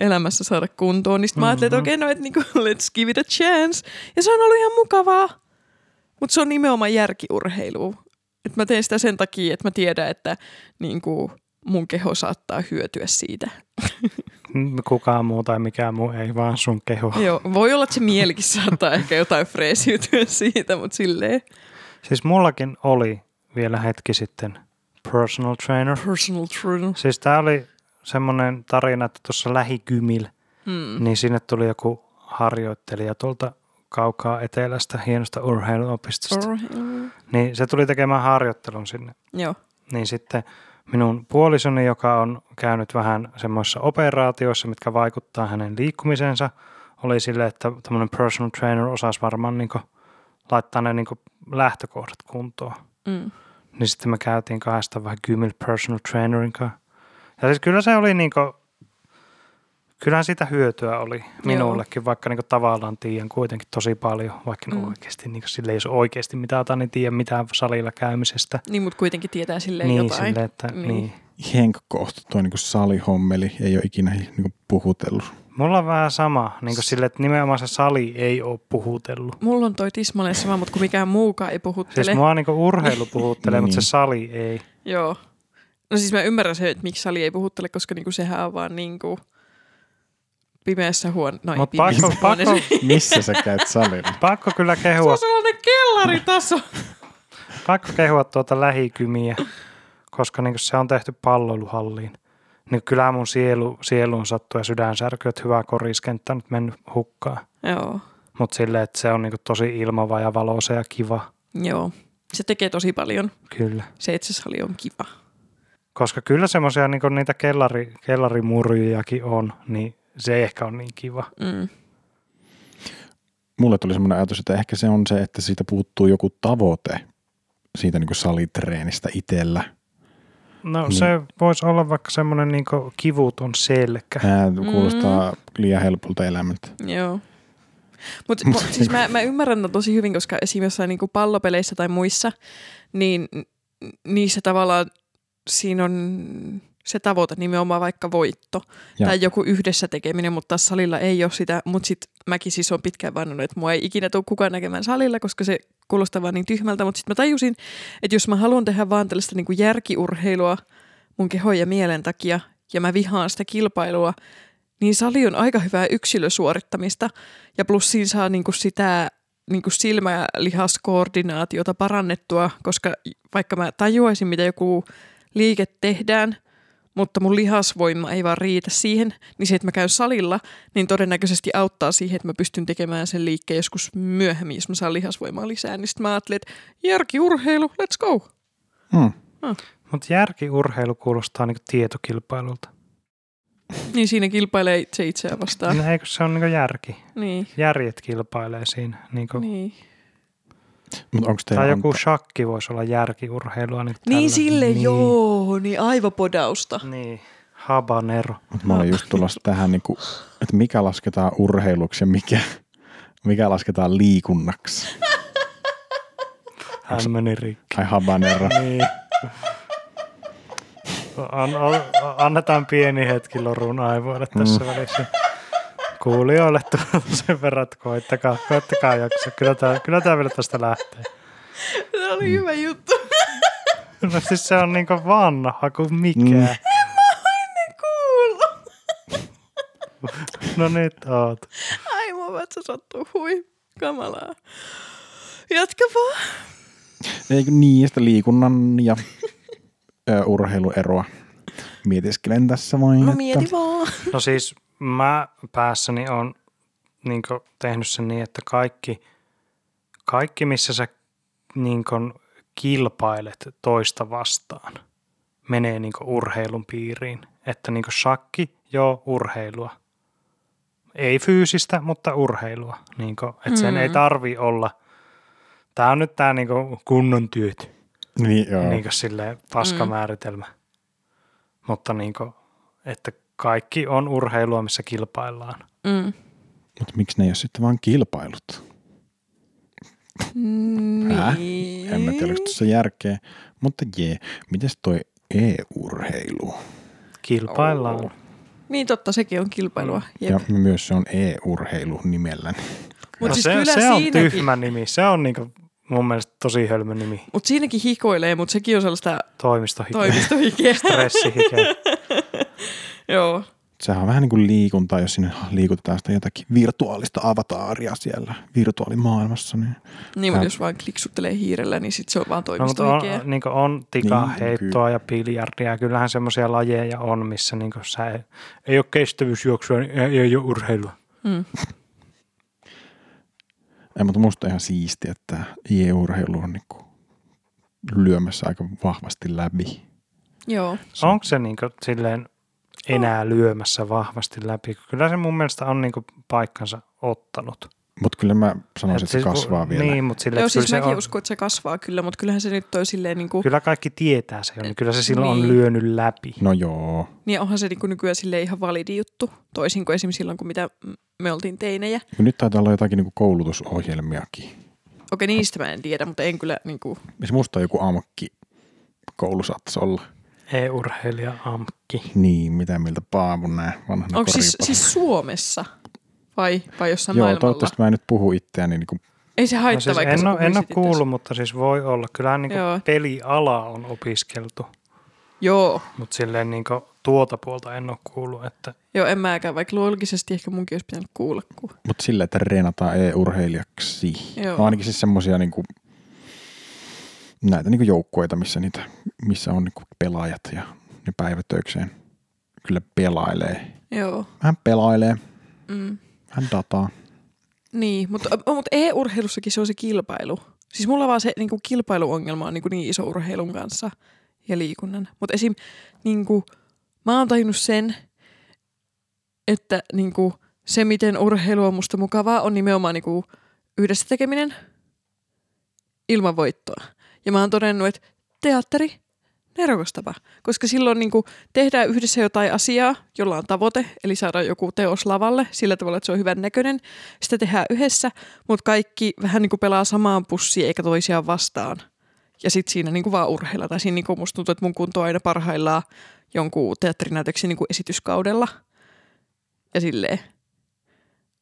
B: elämässä saada kuntoon. Niin sit mä ajattelin, että okei, okay, no et niinku, let's give it a chance. Ja se on ollut ihan mukavaa, mutta se on nimenomaan järkiurheilu. Et mä teen sitä sen takia, että mä tiedän, että niinku, mun keho saattaa hyötyä siitä.
C: kukaan muu tai mikään muu ei, vaan sun keho.
B: Joo, voi olla, että se mielikin saattaa ehkä jotain freesiytyä siitä, mutta silleen
C: Siis mullakin oli vielä hetki sitten personal trainer.
B: personal trainer.
C: Siis tää oli semmoinen tarina, että tuossa lähikymillä,
B: Mm.
C: niin sinne tuli joku harjoittelija tuolta kaukaa etelästä hienosta urheiluopistosta.
B: Urheilu.
C: Niin se tuli tekemään harjoittelun sinne.
B: Joo,
C: Niin sitten minun puolisoni, joka on käynyt vähän semmoisissa operaatioissa, mitkä vaikuttaa hänen liikkumisensa, oli silleen, että tämmöinen personal trainer osasi varmaan niin laittaa ne niin lähtökohdat kuntoon.
B: Mm.
C: Niin sitten me käytiin kahdesta vähän kymmenellä personal trainerin kanssa. Ja siis kyllä se oli niin kuin, kyllähän sitä hyötyä oli minullekin, vaikka niin tavallaan tiedän kuitenkin tosi paljon, vaikka
B: Mm.
C: mm. oikeasti niin sille ei ole oikeasti mitään, jotain, niin tiedän mitään salilla käymisestä.
B: Niin, mutta kuitenkin tietää silleen
C: niin,
B: jotain.
C: Sille, että,
B: Niin.
C: niin. niin.
A: henkkohta, tuo niin salihommeli, ei ole ikinä niin puhutellut.
C: Mulla on vähän sama, niin kuin sille, että nimenomaan se sali ei ole puhutellut.
B: Mulla on toi tismalleen sama, mutta kun mikään muukaan ei puhuttele.
C: Siis mua niin urheilu puhuttelee, mutta se
A: Niin.
C: sali ei.
B: Joo. No siis mä ymmärrän se, että miksi sali ei puhuttele, koska niinku sehän on vaan niinku pimeässä huone. No ei
C: Mut
B: pimeässä
C: pakko-
B: huoneessa.
C: pakko-
A: Missä sä käyt salilla?
C: Pakko kyllä
B: Se
C: kehua,
B: on sellainen kellaritaso.
C: pakko kehua tuota lähikymiä, koska niin se on tehty palloiluhalliin. Niin kyllä mun sielu, sieluun sattuu ja sydänsärky, että hyvä koriskenttä on nyt mennyt hukkaan.
B: Joo.
C: Mutta silleen, että se on niin tosi ilmava ja valoisa ja kiva,
B: Joo. Se tekee tosi paljon.
C: kyllä.
B: Se itse sali on kiva.
C: Koska kyllä semmoisia niin niitä kellari, kellarimurjujakin on, niin se ei ehkä ole niin kiva.
B: Mm.
A: Mulle tuli semmoinen ajatus, että ehkä se on se, että siitä puuttuu joku tavoite siitä niin salitreenistä itsellä.
C: No
A: Niin.
C: niin. se voisi olla vaikka semmoinen niin kivuton selkä.
A: Tämä kuulostaa liian helpolta elämältä.
B: Joo. Mutta mut, siis mä, mä ymmärrän tämän tosi hyvin, koska esimerkiksi jossain niinku pallopeleissä tai muissa, niin n- niissä tavallaan siinä on se tavoite nimenomaan vaikka voitto
A: Joo.
B: ja. tai joku yhdessä tekeminen, mutta taas salilla ei ole sitä. Mutta sitten mäkin siis on pitkään vannonut, että mua ei ikinä tule kukaan näkemään salilla, koska se kuulostaa vaan niin tyhmältä. Mutta sitten mä tajusin, että jos mä haluan tehdä vaan tällaista niinku järkiurheilua mun kehon ja mielen takia ja mä vihaan sitä kilpailua, niin sali on aika hyvää yksilösuorittamista ja plus siinä saa niinku sitä niinku silmä- ja lihaskoordinaatiota parannettua, koska vaikka mä tajuaisin, mitä joku liike tehdään, mutta mun lihasvoima ei vaan riitä siihen, niin se, että mä käyn salilla, niin todennäköisesti auttaa siihen, että mä pystyn tekemään sen liikkeen joskus myöhemmin, jos mä saan lihasvoimaa lisää, niin sitten mä ajattelin, että järkiurheilu, let's go!
A: Mm.
C: Mutta järkiurheilu kuulostaa niin tietokilpailulta.
B: Niin siinä kilpailee se itseään vastaan.
C: No eikö se ole niin järki?
B: Niin,
C: Järjet kilpailee siinä. Niin kuin, niin.
B: niin.
A: Mutta onko teillä
C: Tai joku
A: antaa-
C: shakki voisi olla järkiurheilua. Niin,
B: Niin
C: tällä-
B: sille
C: niin.
B: joo, niin aivopodausta.
C: Niin, habanero.
A: Mut Mä olin just tulossa tähän, niin kuin, että mikä lasketaan urheiluksi ja mikä, mikä lasketaan liikunnaksi.
C: Hän meni rikki.
A: Ai habanero.
C: Niin. An, an, annetaan pieni hetki Lorun aivoille tässä mm. välissä. Kuulijoille tulee sen verran, että koittakaa, koittakaa jaksa. Kyllä tämä, kyllä tämä vielä tästä lähtee.
B: Se
C: Mm.
B: oli hyvä juttu.
C: No siis se on niinku vanha kuin mikä.
A: Mm.
C: Mm.
B: Kuulla.
C: No nyt oot.
B: Ai mun vatsa sattuu. Hui. Kamalaa. Jatka vaan.
A: Ei kun niin, ja sitä liikunnan ja ö, urheilueroa. Mietiskelen tässä vain,
B: Mä
A: että
B: mietin vaan.
C: No siis mä päässäni on niinku tehnyt sen niin, että kaikki, kaikki missä sä niinku kilpailet toista vastaan, menee niinku urheilun piiriin. Että niinku shakki, joo, urheilua. Ei fyysistä, mutta urheilua. Niinku, että sen
B: Mm.
C: mm. ei tarvi olla. Tämä on nyt tämä niinku kunnon työt.
A: niin, joo.
C: niin kuin silleen paskamääritelmä. Mm. Mutta niin kuin, että kaikki on urheilua, missä kilpaillaan.
B: Mm.
A: Mutta miksi ne ei ole sitten vaan kilpailut?
C: Äh?
A: Häh?
B: Niin.
A: En mä tiedä, onko tässä järkeä. Mutta jee, mites toi e-urheilu?
C: Kilpaillaan.
B: Oo.
C: Oh.
B: Niin totta, sekin on kilpailua.
A: Ja
B: Jep.
A: myös se on e-urheilu nimellä. niin
B: Mut
C: no
B: siis
C: se,
B: kyllä
C: se on
B: siinäkin-
C: tyhmä nimi. Se on niin kuin mun mielestä tosi hölmö nimi.
B: Mutta siinäkin hikoilee, mutta sekin on sellaista
C: Toimistohike. Toimi.
B: toimistohikeä.
C: Stressihike.
B: Joo.
A: Sehän on vähän niin kuin liikuntaa, jos sinne liikutetaan sitä jotakin virtuaalista avataaria siellä virtuaalimaailmassa. Niin.
B: Niin, mutta
A: Häh.
B: jos vaan kliksuttelee hiirellä, niin sit se on vaan
C: No, mutta on,
B: toimistohikeä.
C: niin kuin on
A: Niin,
C: tikaheittoa ja biljardia. Kyllähän semmoisia lajeja on, missä niin kuin sä ei, ei ole kestävyysjuoksua, niin ei, ei ole urheilua.
B: Mm.
A: Ei, mutta musta on ihan siistiä, että e-urheilu on niin kuin lyömässä aika vahvasti läpi.
B: Joo.
A: Se-
C: Onko se niin kuin niinku silleen enää lyömässä vahvasti läpi. Kyllä se mun mielestä on niinku paikkansa ottanut.
A: Mutta kyllä mä sanoisin,
C: Et
A: että se kasvaa vielä.
C: Niin, mutta sille,
B: Joo,
C: että
B: siis
C: kyllä,
B: mäkin
C: se on,
B: uskon, että se kasvaa kyllä, mutta kyllähän se nyt toi silleen, niin kuin,
C: kyllä kaikki tietää se, niin kyllä se silloin
B: Niin.
C: on lyönyt läpi.
A: No joo.
B: niin onhan se niin kuin nykyään sille ihan validi juttu, toisin kuin esimerkiksi silloin, kun mitä me oltiin teinejä.
A: Nyt taitaa olla jotakin niinku koulutusohjelmiakin.
B: Okei, niistä mä en tiedä, mutta en kyllä, niin
C: No
B: kuin,
A: Missä musta on joku amokki koulu saattaisi olla.
C: E-urheilija Amkki. No
A: Niin, mitä mieltä Paavo nää vanhana
B: onko siis,
A: koripallo-
B: siis Suomessa vai, vai jossain
A: Joo,
B: maailmalla?
A: toivottavasti mä en nyt puhu itseäni niin kuin
B: Ei se haittaa,
C: No siis
B: vaikka
C: en,
B: sä
C: ole, en ole
B: puhuisit itse.
C: kuullut, mutta siis voi olla. Kyllähän niinku
B: Joo.
C: peliala on opiskeltu,
B: Joo,
C: mutta silleen niinku tuota puolta en ole kuullut, että
B: joo, en mäkään, vaikka loogisesti ehkä munkin olisi pitänyt kuulla. Kun...
A: Mutta sillä, että reenataan e-urheilijaksi.
B: Joo.
A: No ainakin siis semmoisia niinku, näitä niinku joukkueita, missä, niitä, missä on niinku pelaajat ja ne päivätöikseen kyllä pelailee.
B: Joo,
A: Hän pelailee,
B: mm.
A: hän dataa.
B: niin, mutta, mutta e-urheilussakin se on se kilpailu. Siis mulla vaan se niin kuin kilpailuongelma on niin, kuin niin iso urheilun kanssa ja liikunnan. Mutta esim. Niin kuin, mä oon tajunnut sen, että niin kuin, se miten urheilu on musta mukavaa on nimenomaan niin kuin, yhdessä tekeminen ilman voittoa. Ja mä oon todennut, että teatteri, nerokas tapa. Koska silloin niin kuin, tehdään yhdessä jotain asiaa, jolla on tavoite, eli saadaan joku teos lavalle sillä tavalla, että se on hyvän näköinen. Sitä tehdään yhdessä, mutta kaikki vähän niin kuin pelaa samaan pussiin eikä toisiaan vastaan. Ja sitten siinä niin kuin vaan urheilla. Tai siinä niin kuin musta tuntuu, että mun kunto on aina parhaillaan jonkun teatterinäytöksen niin kuin esityskaudella. Ja silleen.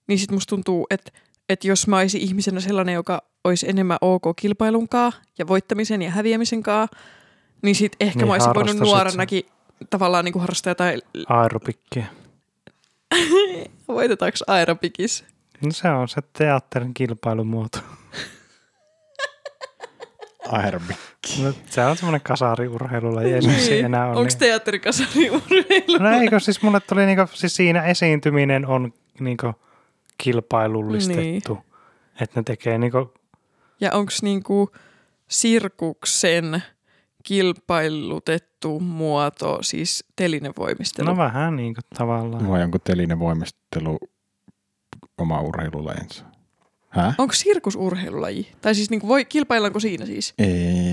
B: Niin sitten musta tuntuu, että, että jos mä olisin ihmisenä sellainen, joka olisi enemmän ok kilpailunkaan ja voittamisen ja häviämisenkaan, niin sitten ehkä niin,
C: Niin,
B: mä olisin voinut
C: harrastasit sä.
B: nuorenakin tavallaan niin kuin harrastaa jotain,
C: aerobikki.
B: voitetaanko aerobikis?
C: No se on se teatterin kilpailumuoto.
A: Aerobik.
C: No, se on semmoinen kasariurheilulaji, ei se nyt
B: Niin.
C: enää ole.
B: Onko teatterikasari urheilu?
C: No eikö siis mulle tuli niinku, siis siinä esiintyminen on niinku kilpailullistettu. Niin. Että ne tekee niinku,
B: Ja onko niinku sirkuksen kilpailutettu muoto, siis telinevoimistelu?
C: no vähän niinku tavallaan.
A: Vai onko telinen voimistelu oma urheilulajinsa? Hä?
B: onko sirkus urheilulaji? Tai siis niinku voi, kilpaillaanko siinä siis?
A: Ei.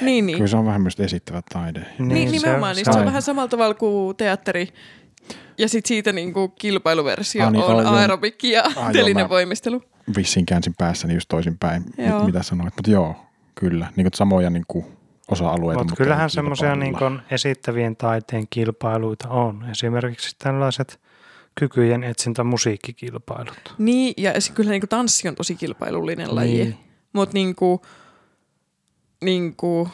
B: Niin, niin.
A: Kyllä se on vähän myös esittävä taide.
B: Niin, niin nimenomaan, niin se on
A: on-
B: vähän samalla tavalla kuin teatteri. Ja sitten siitä niinku kilpailuversio
A: Ah, niin,
B: on
A: joo.
B: aerobikki ja
A: joo, mä-
B: telinevoimistelu.
A: Vissiin käänsin päässäni just toisinpäin,
B: Joo.
A: mit- mitä sanoit. Mutta joo, kyllä. Niin samoja niin kuin osa-alueita.
C: Mutta
A: ei
C: kyllähän
A: kilpailla.
C: semmoisia niin esittävien taiteen kilpailuita on. Esimerkiksi tällaiset kykyjen etsintä musiikkikilpailut.
B: Niin, ja se, kyllä niinku tanssi on tosi kilpailullinen laji.
C: Niin.
B: Mutta niinku, niinku,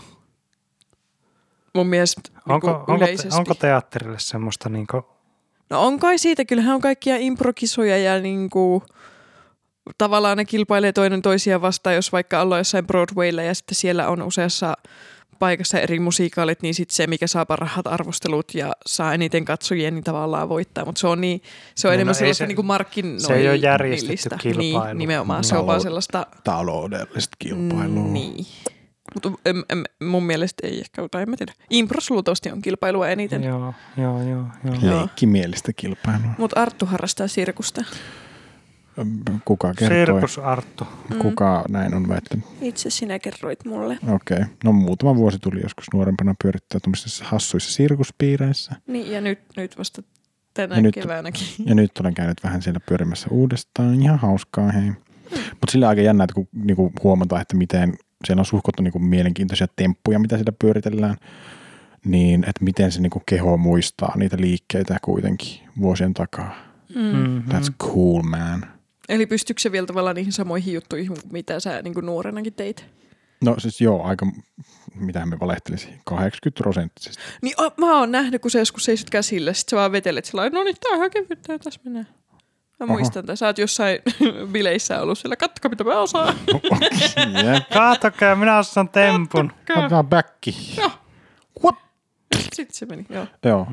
B: mun mielestä
C: Onko,
B: niinku
C: onko, te,
B: yleisesti.
C: onko teatterille semmoista niin
B: No on kai siitä, kyllähän on kaikkia improkisoja ja niinku, tavallaan ne kilpailee toinen toisiaan vastaan, jos vaikka ollaan jossain Broadwaylla ja sitten siellä on useassa paikassa eri musiikaalit, niin sitten se, mikä saa parhaat arvostelut ja saa eniten katsojia, niin tavallaan voittaa. Mutta se on, niin, se on
C: Niin,
B: enemmän
C: no ei
B: sellaista
C: se-
B: niinku markkinoillista.
C: se ei ole järjestetty kilpailu.
B: Niin, nimenomaan. Se on
A: Talou-
B: vaan sellaista
A: taloudellista kilpailua.
B: Niin. Mutta mun mielestä ei ehkä, tai en mä tiedä. Impros luultavasti on kilpailua eniten.
C: Joo, joo, joo. joo.
B: Joo.
A: Leikkimielistä kilpailua.
B: Mutta Arttu harrastaa sirkusta.
A: Kuka kertoi?
C: Sirkus Arttu.
B: Mm.
A: Kuka näin on väittänyt?
B: Itse sinä kerroit mulle.
A: Okei. Okay. No muutama vuosi tuli joskus nuorempana pyörittää tuommoisissa hassuissa sirkuspiireissä.
B: Niin, ja nyt, nyt vasta tänä
A: Ja nyt-
B: keväänäkin.
A: Ja nyt olen käynyt vähän siellä pyörimässä uudestaan. Ihan hauskaa hei. Mutta sillä on aika jännä, että kun niinku huomataan, että miten siellä on suhkottu niinku mielenkiintoisia temppuja, mitä siellä pyöritellään, niin että miten se niinku keho muistaa niitä liikkeitä kuitenkin vuosien takaa.
B: Mm.
C: Mm-hmm.
A: That's cool man.
B: Eli pystyykö se vielä tavallaan niihin samoihin juttuihin, mitä sä niin kuin nuorenakin teit?
A: No siis joo, aika, mitä me valehtelisi, 80 prosenttisesti.
B: Niin o, mä oon nähnyt, kun sä joskus seisot käsillä, sit sä vaan vetelet sillä lailla, no niin, tää on ihan kevyttä, ja tässä mennään. Mä
A: Oho.
B: muistan, että sä oot jossain bileissä ollut siellä, kattokaa mitä mä osaan.
A: Jep.
C: Kaatokaa, minä osaan tempun.
A: Otetaan backi.
B: Joo.
A: What?
B: Sitten se meni, joo.
A: Joo.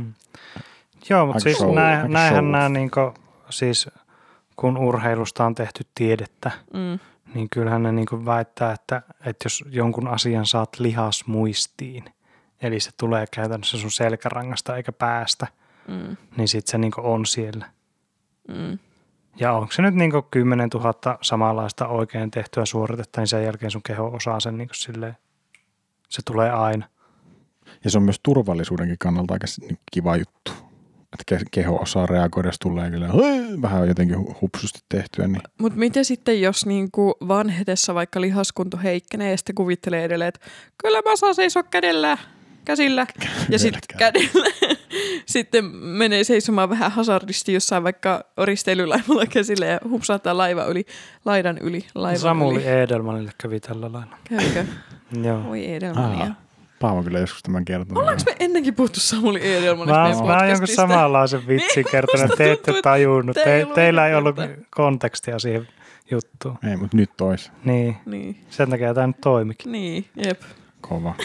C: Joo, mutta
A: Aika
C: siis
A: show,
C: nä,
A: aika
C: näinhän
A: show.
C: nämä niin kuin, siis kun urheilusta on tehty tiedettä,
B: Mm.
C: niin kyllähän ne niin kuin väittää, että, että jos jonkun asian saat lihasmuistiin, eli se tulee käytännössä sun selkärangasta eikä päästä,
B: Mm,
C: niin sitten se niin on siellä.
B: mm.
C: Ja onko se nyt niin 10 000 samanlaista oikein tehtyä suoritetta, niin sen jälkeen sun keho osaa sen niin silleen, se tulee aina.
A: Ja se on myös turvallisuudenkin kannalta aika s- niin kiva juttu. Että ke- keho osaa reagoida, jos tulee kyllä "Hei!" vähän jotenkin hu- hupsusti tehtyä. Niin.
B: Mutta miten sitten, jos niinku vanhetessa vaikka lihaskunto heikkenee ja sitten kuvittelee edelleen, että kyllä mä saan seisoa kädellä, käsillä ja sitten kädellä. sitten menee seisomaan vähän hazardisti jossain vaikka risteilylaivalla käsillä ja hupsahtaa laiva yli, laidan yli, laivan
C: Samuli e-
B: yli.
C: Edelmanille kävi tällä lailla.
B: Käykö?
C: Joo.
B: Voi Edelmania.
A: Aha. Paavo on kyllä joskus tämän kertonut.
B: Ollaanko me ennenkin puhuttu Samuli Edelmanista
C: Mä,
B: meidän
C: oon- mä oon jonkun
B: podcastista?
C: samanlaisen vitsin kertonut,
B: musta
C: te
B: tuntuu,
C: ette
B: että
C: tajunnut,
B: teillä ei
C: te,
B: ollut
C: teillä ei ollut
B: mitään.
C: kontekstia siihen juttuun.
A: Ei, mutta nyt olisi
C: Niin,
B: Niin,
C: sen takia tämä nyt toimikin.
B: niin, jep.
A: kova.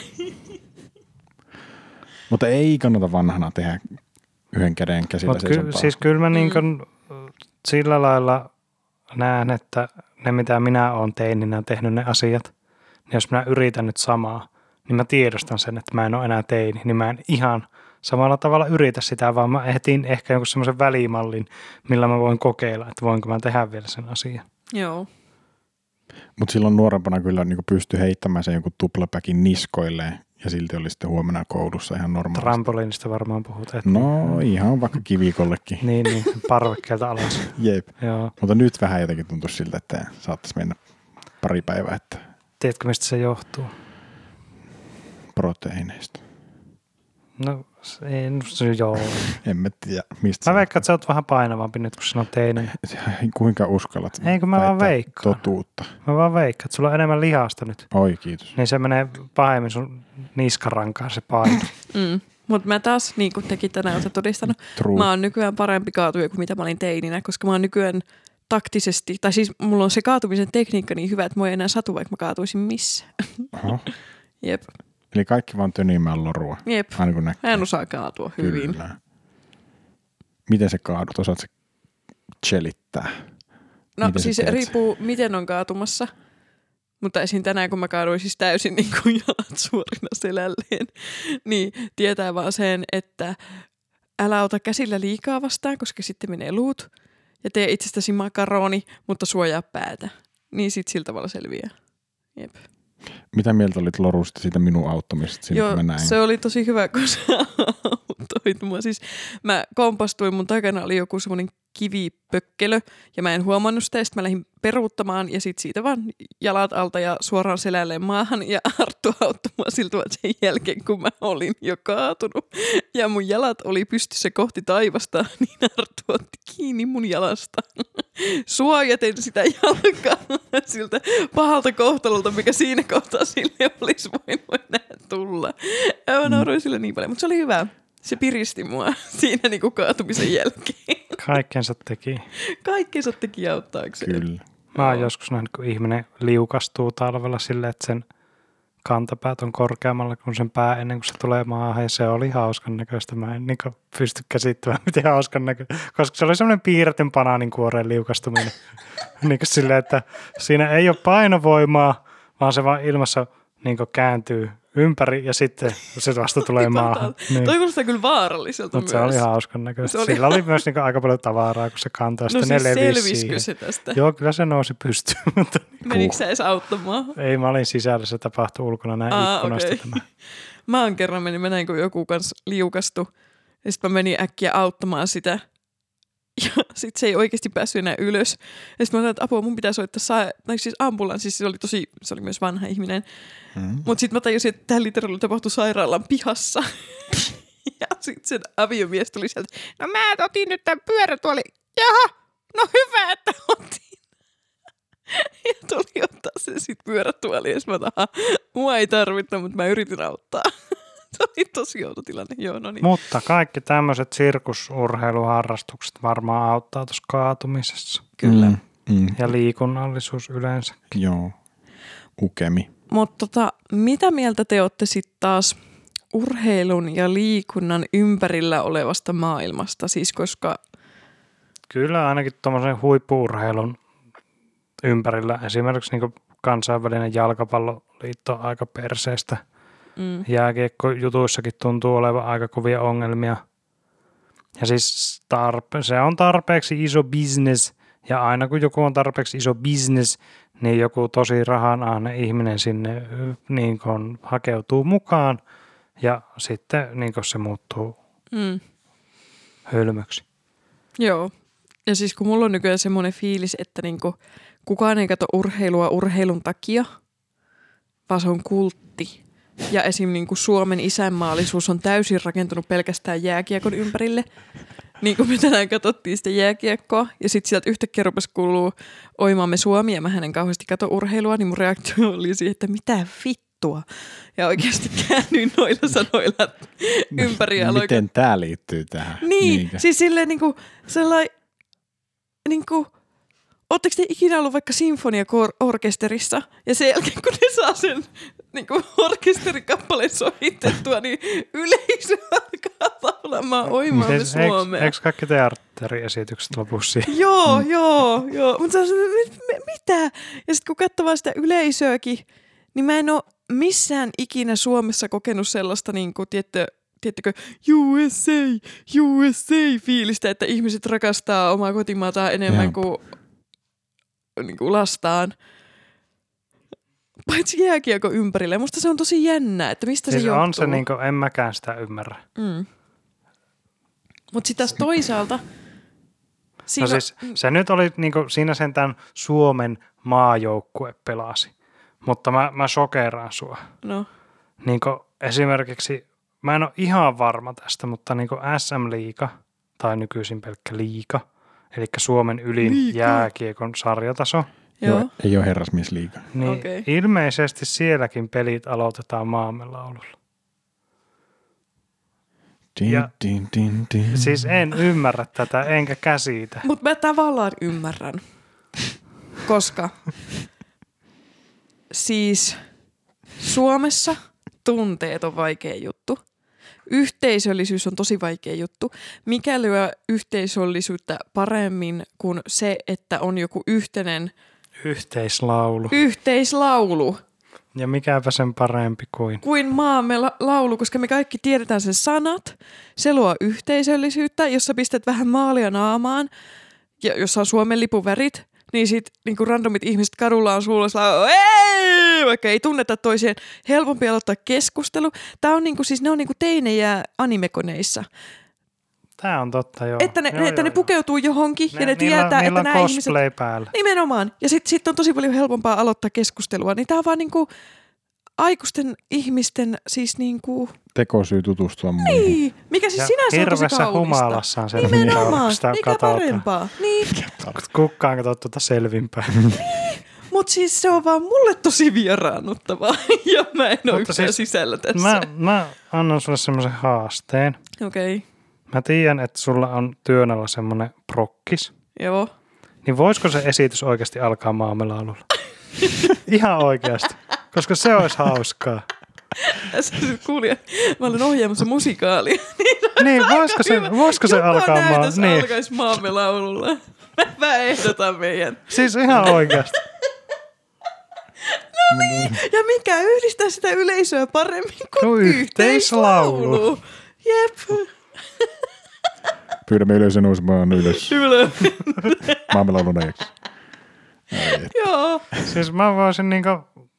A: mutta ei kannata vanhana tehdä yhden käden käsillä
C: Mutta ky-
A: seisompaa.
C: siis
B: Mm.
C: kyllä mä niin kun, sillä lailla näen, että ne mitä minä olen teininä tehnyt ne asiat, niin jos minä yritän nyt samaa, niin mä tiedostan sen, että mä en ole enää teini, niin mä en ihan samalla tavalla yritä sitä, vaan mä etin ehkä jonkun semmoisen välimallin, millä mä voin kokeilla, että voinko mä tehdä vielä sen asian.
B: Joo.
A: Mutta silloin nuorempana kyllä niin pystyi heittämään sen joku tuplapäkin niskoilleen ja silti oli sitten huomenna koulussa ihan normaalisti.
C: Trampoliinista varmaan puhutaan. että-
A: No ihan vaikka kivikollekin.
C: Niin, niin, parvekkeelta alas.
A: Jep.
C: Joo.
A: Mutta nyt vähän jotenkin tuntuu siltä, että saattaisi mennä pari päivää että
C: Tiedätkö, mistä se johtuu?
A: proteiineista.
C: No, se- ei, no se, joo.
A: En mä tiedä, mistä
C: Mä
A: se-
C: veikkaan, että sä oot vähän painavampi nyt, kun sinä oot teinen.
A: kuinka uskallat
C: Ei, kun mä vaan
A: väittää
C: veikkaan.
A: totuutta.
C: Mä vaan veikkaan, että sulla on enemmän lihasta nyt.
A: Oi, kiitos.
C: Niin se menee pahemmin sun niskarankaan se paino.
B: Mm. Mutta mä taas, niin kuin tekin tänään olette todistanut,
A: True.
B: Mä oon nykyään parempi kaatuja kuin mitä mä olin teininä, koska mä oon nykyään taktisesti, tai siis mulla on se kaatumisen tekniikka niin hyvä, että mua ei enää satu, vaikka mä kaatuisin missä.
A: Oho.
B: Jep,
A: Eli kaikki vaan tönimään lorua,
B: jep.
A: aina kun näkee.
B: Mä en osaa kaatua hyvin.
A: Kyllä. Miten se kaadut? Osaat se chelittää?
B: No
A: Miten sä
B: siis
A: teet
B: riippuu, miten on kaatumassa. Mutta esim. tänään, kun mä kaaduin siis täysin niin kuin jalat suorina selälleen, niin tietää vaan sen, että älä ota käsillä liikaa vastaan, koska sitten menee luut. Ja tee itsestäsi makaroni, mutta suojaa päätä. Niin sit sillä tavalla selviää. Jep.
A: Mitä mieltä olit lorusta siitä minun auttamisesta siinä, kun mä näin?
B: se oli tosi hyvä, kun sä autoit mua. Siis mä kompastuin, mun takana oli joku semmoinen kivipökkelö ja mä en huomannut sitä. ja Sitten mä lähdin peruuttamaan ja sit siitä vaan jalat alta ja suoraan selälleen maahan. Ja Arttu auttoi mua siltä vaan sen jälkeen, kun mä olin jo kaatunut. Ja mun jalat oli pystyssä kohti taivasta, niin Arttu otti kiinni mun jalasta. Suojaten sitä jalkaa siltä pahalta kohtalolta, mikä siinä kohtaa sille olisi voinut enää tulla. Ja
C: Mm.
B: mä nauroin sille niin paljon, mutta se oli hyvä. Se piristi mua siinä niinku kaatumisen jälkeen.
C: Kaikkensa teki.
B: Kaikki se teki auttaakseen.
A: Kyllä.
C: Mä oon joskus nähnyt, kun ihminen liukastuu talvella silleen, että sen kantapäät on korkeammalla kuin sen pää ennen kuin se tulee maahan. Ja se oli hauskan näköistä. Mä en niin pysty käsittämään, miten hauskan näköistä. Koska se oli semmoinen piirretyn banaanin kuoreen liukastuminen. niin kuin silleen, että siinä ei ole painovoimaa, vaan se vaan ilmassa niin kääntyy ympäri ja sitten se vasta tulee maahan.
B: Niin.
C: Niin.
B: Toi kuulostaa kyllä vaaralliselta
C: Mutta se
B: myös.
C: oli hauskan näköistä.
B: Se oli-
C: Sillä oli myös niin aika paljon tavaraa, kun se kantaa.
B: no
C: Sitten
B: siis
C: ne levisi
B: selvisikö
C: siihen.
B: se tästä?
C: Joo, kyllä se nousi pystyyn, mutta
B: Menikö sä edes auttamaan?
C: ei, mä olin sisällä, se tapahtui ulkona näin
B: Aa,
C: ikkunasta
B: okei.
C: tämä.
B: Mä oon kerran menin, mä näin kun joku kans liukastui. Ja sit mä menin äkkiä auttamaan sitä. Ja sit se ei oikeasti päässyt enää ylös. Ja sit mä sanoin, että apua, mun pitää soittaa saa, tai siis ambulanssi, siis se oli tosi, se oli myös vanha ihminen.
A: Mm.
B: Mutta sitten mä tajusin, että tämä literally tapahtui sairaalan pihassa. ja sitten sen aviomies tuli sieltä, no mä et otin nyt tämän pyörätuoli. Jaha, no hyvä, että otin. ja tuli ottaa se sitten pyörätuoli. Ja sit mä otan, "Aha, mua ei tarvittu, mutta mä yritin auttaa. se oli tosi outo tilanne. Joo, no niin.
C: Mutta kaikki tämmöiset sirkusurheiluharrastukset varmaan auttaa tuossa kaatumisessa.
B: Kyllä.
A: Mm. Mm.
C: Ja liikunnallisuus yleensä.
A: Joo. Ukemi.
B: Mutta tota, mitä mieltä te olette sitten taas urheilun ja liikunnan ympärillä olevasta maailmasta? Siis koska
C: Kyllä ainakin tuommoisen huippuurheilun ympärillä. Esimerkiksi niin kansainvälinen jalkapalloliitto on aika perseestä.
B: mm,
C: Jääkiekkojutuissakin tuntuu olevan aika kovia ongelmia. Ja siis tarpe- se on tarpeeksi iso business, ja aina kun joku on tarpeeksi iso business, niin joku tosi rahanahne ihminen sinne ö, niin kun hakeutuu mukaan, ja sitten niin kun se muuttuu
B: Mm.
C: hölmöksi.
B: Joo. Ja siis kun mulla on nykyään semmoinen fiilis, että niinku kukaan ei kato urheilua urheilun takia, vaan se on kultti. Ja esim. Niinku Suomen isänmaallisuus on täysin rakentunut pelkästään jääkiekon ympärille. Niin kuin me tänään katsottiin sitä jääkiekkoa. Ja sitten sieltä yhtäkkiä rupesi kuuluu Oimaamme Suomi ja mä hänen kauheasti kato urheilua, niin mun reaktio oli siihen, että mitä vittua. Ja oikeasti käännyin noilla sanoilla ympäri ja aloin
A: Miten tämä liittyy tähän?
B: niin,
A: Niinkö?
B: siis silleen niinku sellai, niinku, ootteko te ikinä ollut vaikka sinfoniaorkesterissa ja sen jälkeen kun ne saa sen niinku orkesterikappaleen soitettua, niin yleisö alkaa laulamaan oimaamme
C: Siis eikö-
B: Suomea.
C: Eikö kaikki teatteriesitykset lopu siihen?
B: Joo,
C: Mm.
B: joo, joo. Mutta mitä? Ja sitten kun katsoo vaan sitä yleisöäkin, niin mä en ole missään ikinä Suomessa kokenut sellaista, niin kuin, tiettö, tiettäkö, USA, USA-fiilistä, että ihmiset rakastaa omaa kotimaataan enemmän
A: Jep.
B: kuin, niin kuin lastaan. Paitsi jääkiekko ympärillä. Ja Musta se on tosi jännä, että mistä
C: Siis
B: se johtuu.
C: on se, niin kuin, en mäkään sitä ymmärrä.
B: mm. Mutta sitten taas toisaalta... Siinä...
C: No siis se nyt oli, niin kuin, siinä sentään Suomen maajoukkue pelasi. Mutta mä, mä sokeraan sua.
B: no.
C: Niin kuin, esimerkiksi, mä en ole ihan varma tästä, mutta niin kuin SM-liiga, tai nykyisin pelkkä liiga, eli Suomen ylin
B: Liiga.
C: jääkiekon sarjataso,
B: Joo.
A: Joo, ei ole herrasmiesliiga.
C: niin
B: Okei.
C: ilmeisesti sielläkin pelit aloitetaan maammelaululla.
A: Din,
C: Ja-
A: din, din, din.
C: Siis en ymmärrä tätä, enkä käsitä.
B: Mutta mä tavallaan ymmärrän. Koska siis Suomessa tunteet on vaikea juttu. Yhteisöllisyys on tosi vaikea juttu. Mikä lyö yhteisöllisyyttä paremmin kuin se, että on joku yhteinen
C: Yhteislaulu.
B: yhteislaulu
C: Ja mikäpä sen parempi kuin.
B: kuin maamme la- laulu, koska me kaikki tiedetään sen sanat. Se luo yhteisöllisyyttä, jos sä pistät vähän maalia naamaan, ja jos on Suomen lipun värit, niin sit niinku randomit ihmiset kadulla on suulla sillä, "Ei!" vaikka ei tunneta toiseen. Helpompi aloittaa keskustelu. Tää on niinku, siis ne on niinku teinejä animekoneissa.
C: Tämä on totta, joo.
B: että ne,
C: joo,
B: ne, että
C: joo,
B: ne
C: joo.
B: pukeutuu johonkin ne, ja ne tietää,
C: niillä
B: että
C: on
B: nämä ihmiset...
C: cosplay päällä.
B: Nimenomaan. Ja sitten sit on tosi paljon helpompaa aloittaa keskustelua. Niin tää on vaan niinku aikuisten ihmisten siis niinku...
A: Tekosyy tutustua muihin.
B: Niin, mikä siis sinänsä on tosi
C: hirveässä
B: kaunista.
C: humalassa on se,
B: Nimenomaan,
C: sitä
B: mikä
C: katsotaan.
B: parempaa. Niin,
C: Kukkaan katsoo tuota selvimpää.
B: mutta siis se on vaan mulle tosi vieraannuttavaa ja mä en ole
C: Mutta
B: yhtään
C: siis
B: sisällä tässä.
C: mä, mä annan sulle semmoisen haasteen.
B: Okei, okay.
C: Mä tiedän, että sulla on työn alla semmoinen prokkis.
B: joo.
C: Niin voisiko se esitys oikeasti alkaa maamelaululla? Ihan oikeasti. Koska se olisi hauskaa.
B: Tässä kuulija, mä olen ohjaamassa musikaalia.
C: Niin, voisiko se, voisiko se
B: Joka
C: alkaa maa?
B: näytös
C: Niin.
B: alkaisi maamme laululla. Mä ehdotan meidän.
C: Siis ihan oikeasti.
B: Ja mikä yhdistää sitä yleisöä paremmin
C: Kuin
B: kuin
C: yhteislaulu.
B: yhteislaulu. Jep.
A: Pyydämme yleisön nousemaan ylös.
B: Kyllä.
A: Maamelaulun ajaksi.
B: Joo.
C: Siis mä voisin niinku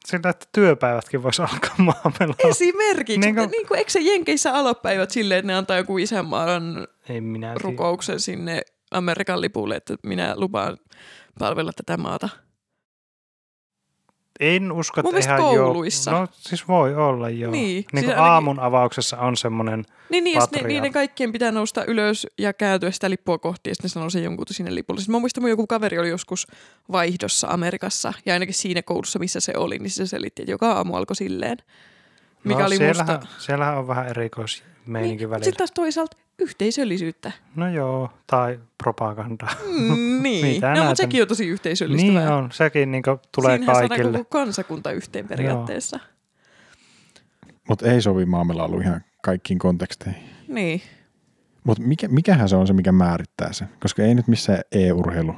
C: sillä, että työpäivätkin voisi alkaa maamelaululla.
B: Esimerkiksi.
C: Niin
B: Niin
C: kuin-
B: kuin, niin kuin, eikö se Jenkeissä alopäivät silleen, että ne antaa joku isänmaan
C: En minä tiedä.
B: rukouksen sinne Amerikan lipulle, että minä lupaan palvella tätä maata.
C: En usko,
B: Mun
C: että
B: mielestä
C: ihan
B: kouluissa.
C: Joo. No siis voi olla joo.
B: Niin,
C: Niin, niin
B: siis
C: kuin
B: ainakin-
C: aamun avauksessa on no, semmoinen,
B: Niin, niin, ja sit ne,
C: Patriarkki.
B: niiden kaikkien pitää nousta ylös ja kääntyä sitä lippua kohti, ja sitten ne sanoo sen jonkun sinne lipulle. Sitten mä muistan, mun joku kaveri oli joskus vaihdossa Amerikassa, ja ainakin siinä koulussa, missä se oli, niin se selitti, että joka aamu alkoi silleen. Mikä
C: no,
B: oli
C: siellähän,
B: musta...
C: siellähän on vähän erikoismeininki niin, välillä.
B: Sitten taas toisaalta yhteisöllisyyttä.
C: No joo, tai propagandaa.
B: Mm, niin,
C: Mitä
B: no,
C: näytän?
B: mutta sekin on tosi yhteisöllistä.
C: Niin on, sekin niin tulee
B: Siinähän
C: kaikille.
B: saadaan koko kansakunta yhteen periaatteessa.
A: Mutta ei sovi maamelaulu ihan kaikkiin konteksteihin.
B: Niin.
A: Mutta mikä, mikähän se on se, mikä määrittää sen? Koska ei nyt missään e-urheilu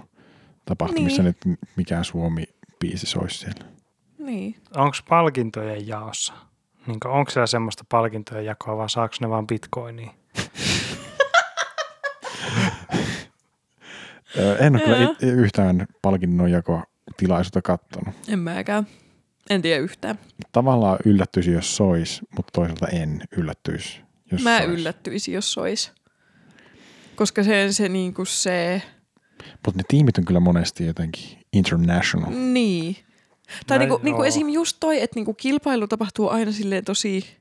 A: tapahtumissa niin. nyt mikään Suomi-biisi soisi siellä.
B: Niin.
C: Onko palkintojen jaossa? Niin onko siellä semmoista palkintojen jakoa, vai saako ne vaan bitcoinia?
A: Ö, En ole kyllä
B: Joo.
A: it- yhtään palkinnonjakoa tilaisuutta kattonut.
B: En mäkään. En tiedä yhtään.
A: Tavallaan yllättyisi, jos sois, mutta toisaalta en yllättyisi, jos
B: Mä
A: sois.
B: yllättyisin, jos sois. Koska se, se, niinku se
A: Mutta ne tiimit on kyllä monesti jotenkin international.
B: Niin. Tai
C: No
B: niinku, niinku
C: joo.
B: esim. just toi, että niinku kilpailu tapahtuu aina silleen tosi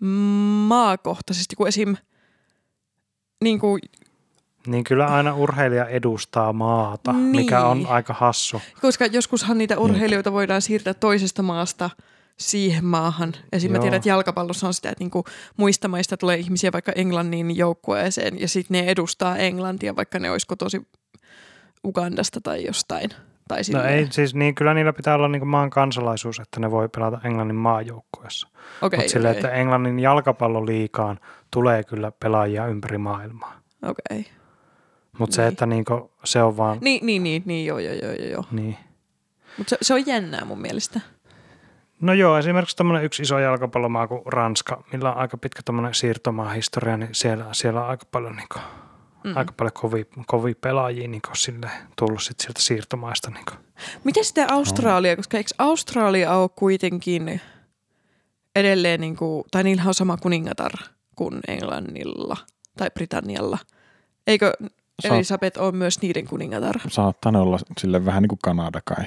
B: maakohtaisesti, kun esim. Niinku,
C: Niin kyllä aina urheilija edustaa maata,
B: Niin.
C: niin. mikä on aika hassu. No
B: koska joskushan niitä
C: Niin.
B: urheilijoita voidaan siirtää toisesta maasta siihen maahan. Esim. mä
C: Joo.
B: tiedän, että jalkapallossa on sitä, että niinku muista maista tulee ihmisiä vaikka Englannin joukkueeseen ja sitten ne edustaa Englantia, vaikka ne olisiko tosi Ugandasta tai jostain. Tai
C: No
B: silleen.
C: ei siis, niin kyllä niillä pitää olla niin maan kansalaisuus, että ne voi pelata Englannin maajoukkueessa. Okay,
B: Okei,
C: Mutta sille,
B: okei,
C: että Englannin jalkapalloliikaan tulee kyllä pelaajia ympäri maailmaa.
B: okei.
C: Mutta se,
B: Niin.
C: että niin se on vaan...
B: Niin, niin, niin, niin, joo, joo, joo, joo, joo.
C: Niin.
B: Mutta se, se on jännää mun mielestä.
C: No joo, esimerkiksi tämmöinen yksi iso jalkapallomaa kuin Ranska, millä on aika pitkä tämmöinen siirtomaahistoria, niin siellä, siellä on aika paljon, niin kuin, mm. aika paljon kovia, kovia pelaajia niin kuin, sille, tullut sit sieltä siirtomaista. Niin kuin.
B: Miten sitten Australia, koska eikö Australia ole kuitenkin edelleen, niin kuin, tai niillä on sama kuningatar kuin Englannilla tai Britannialla. Eikö
A: Saa,
B: Elisabeth ole myös niiden kuningatar?
A: saattaa ne olla sille vähän niin kuin Kanada kai.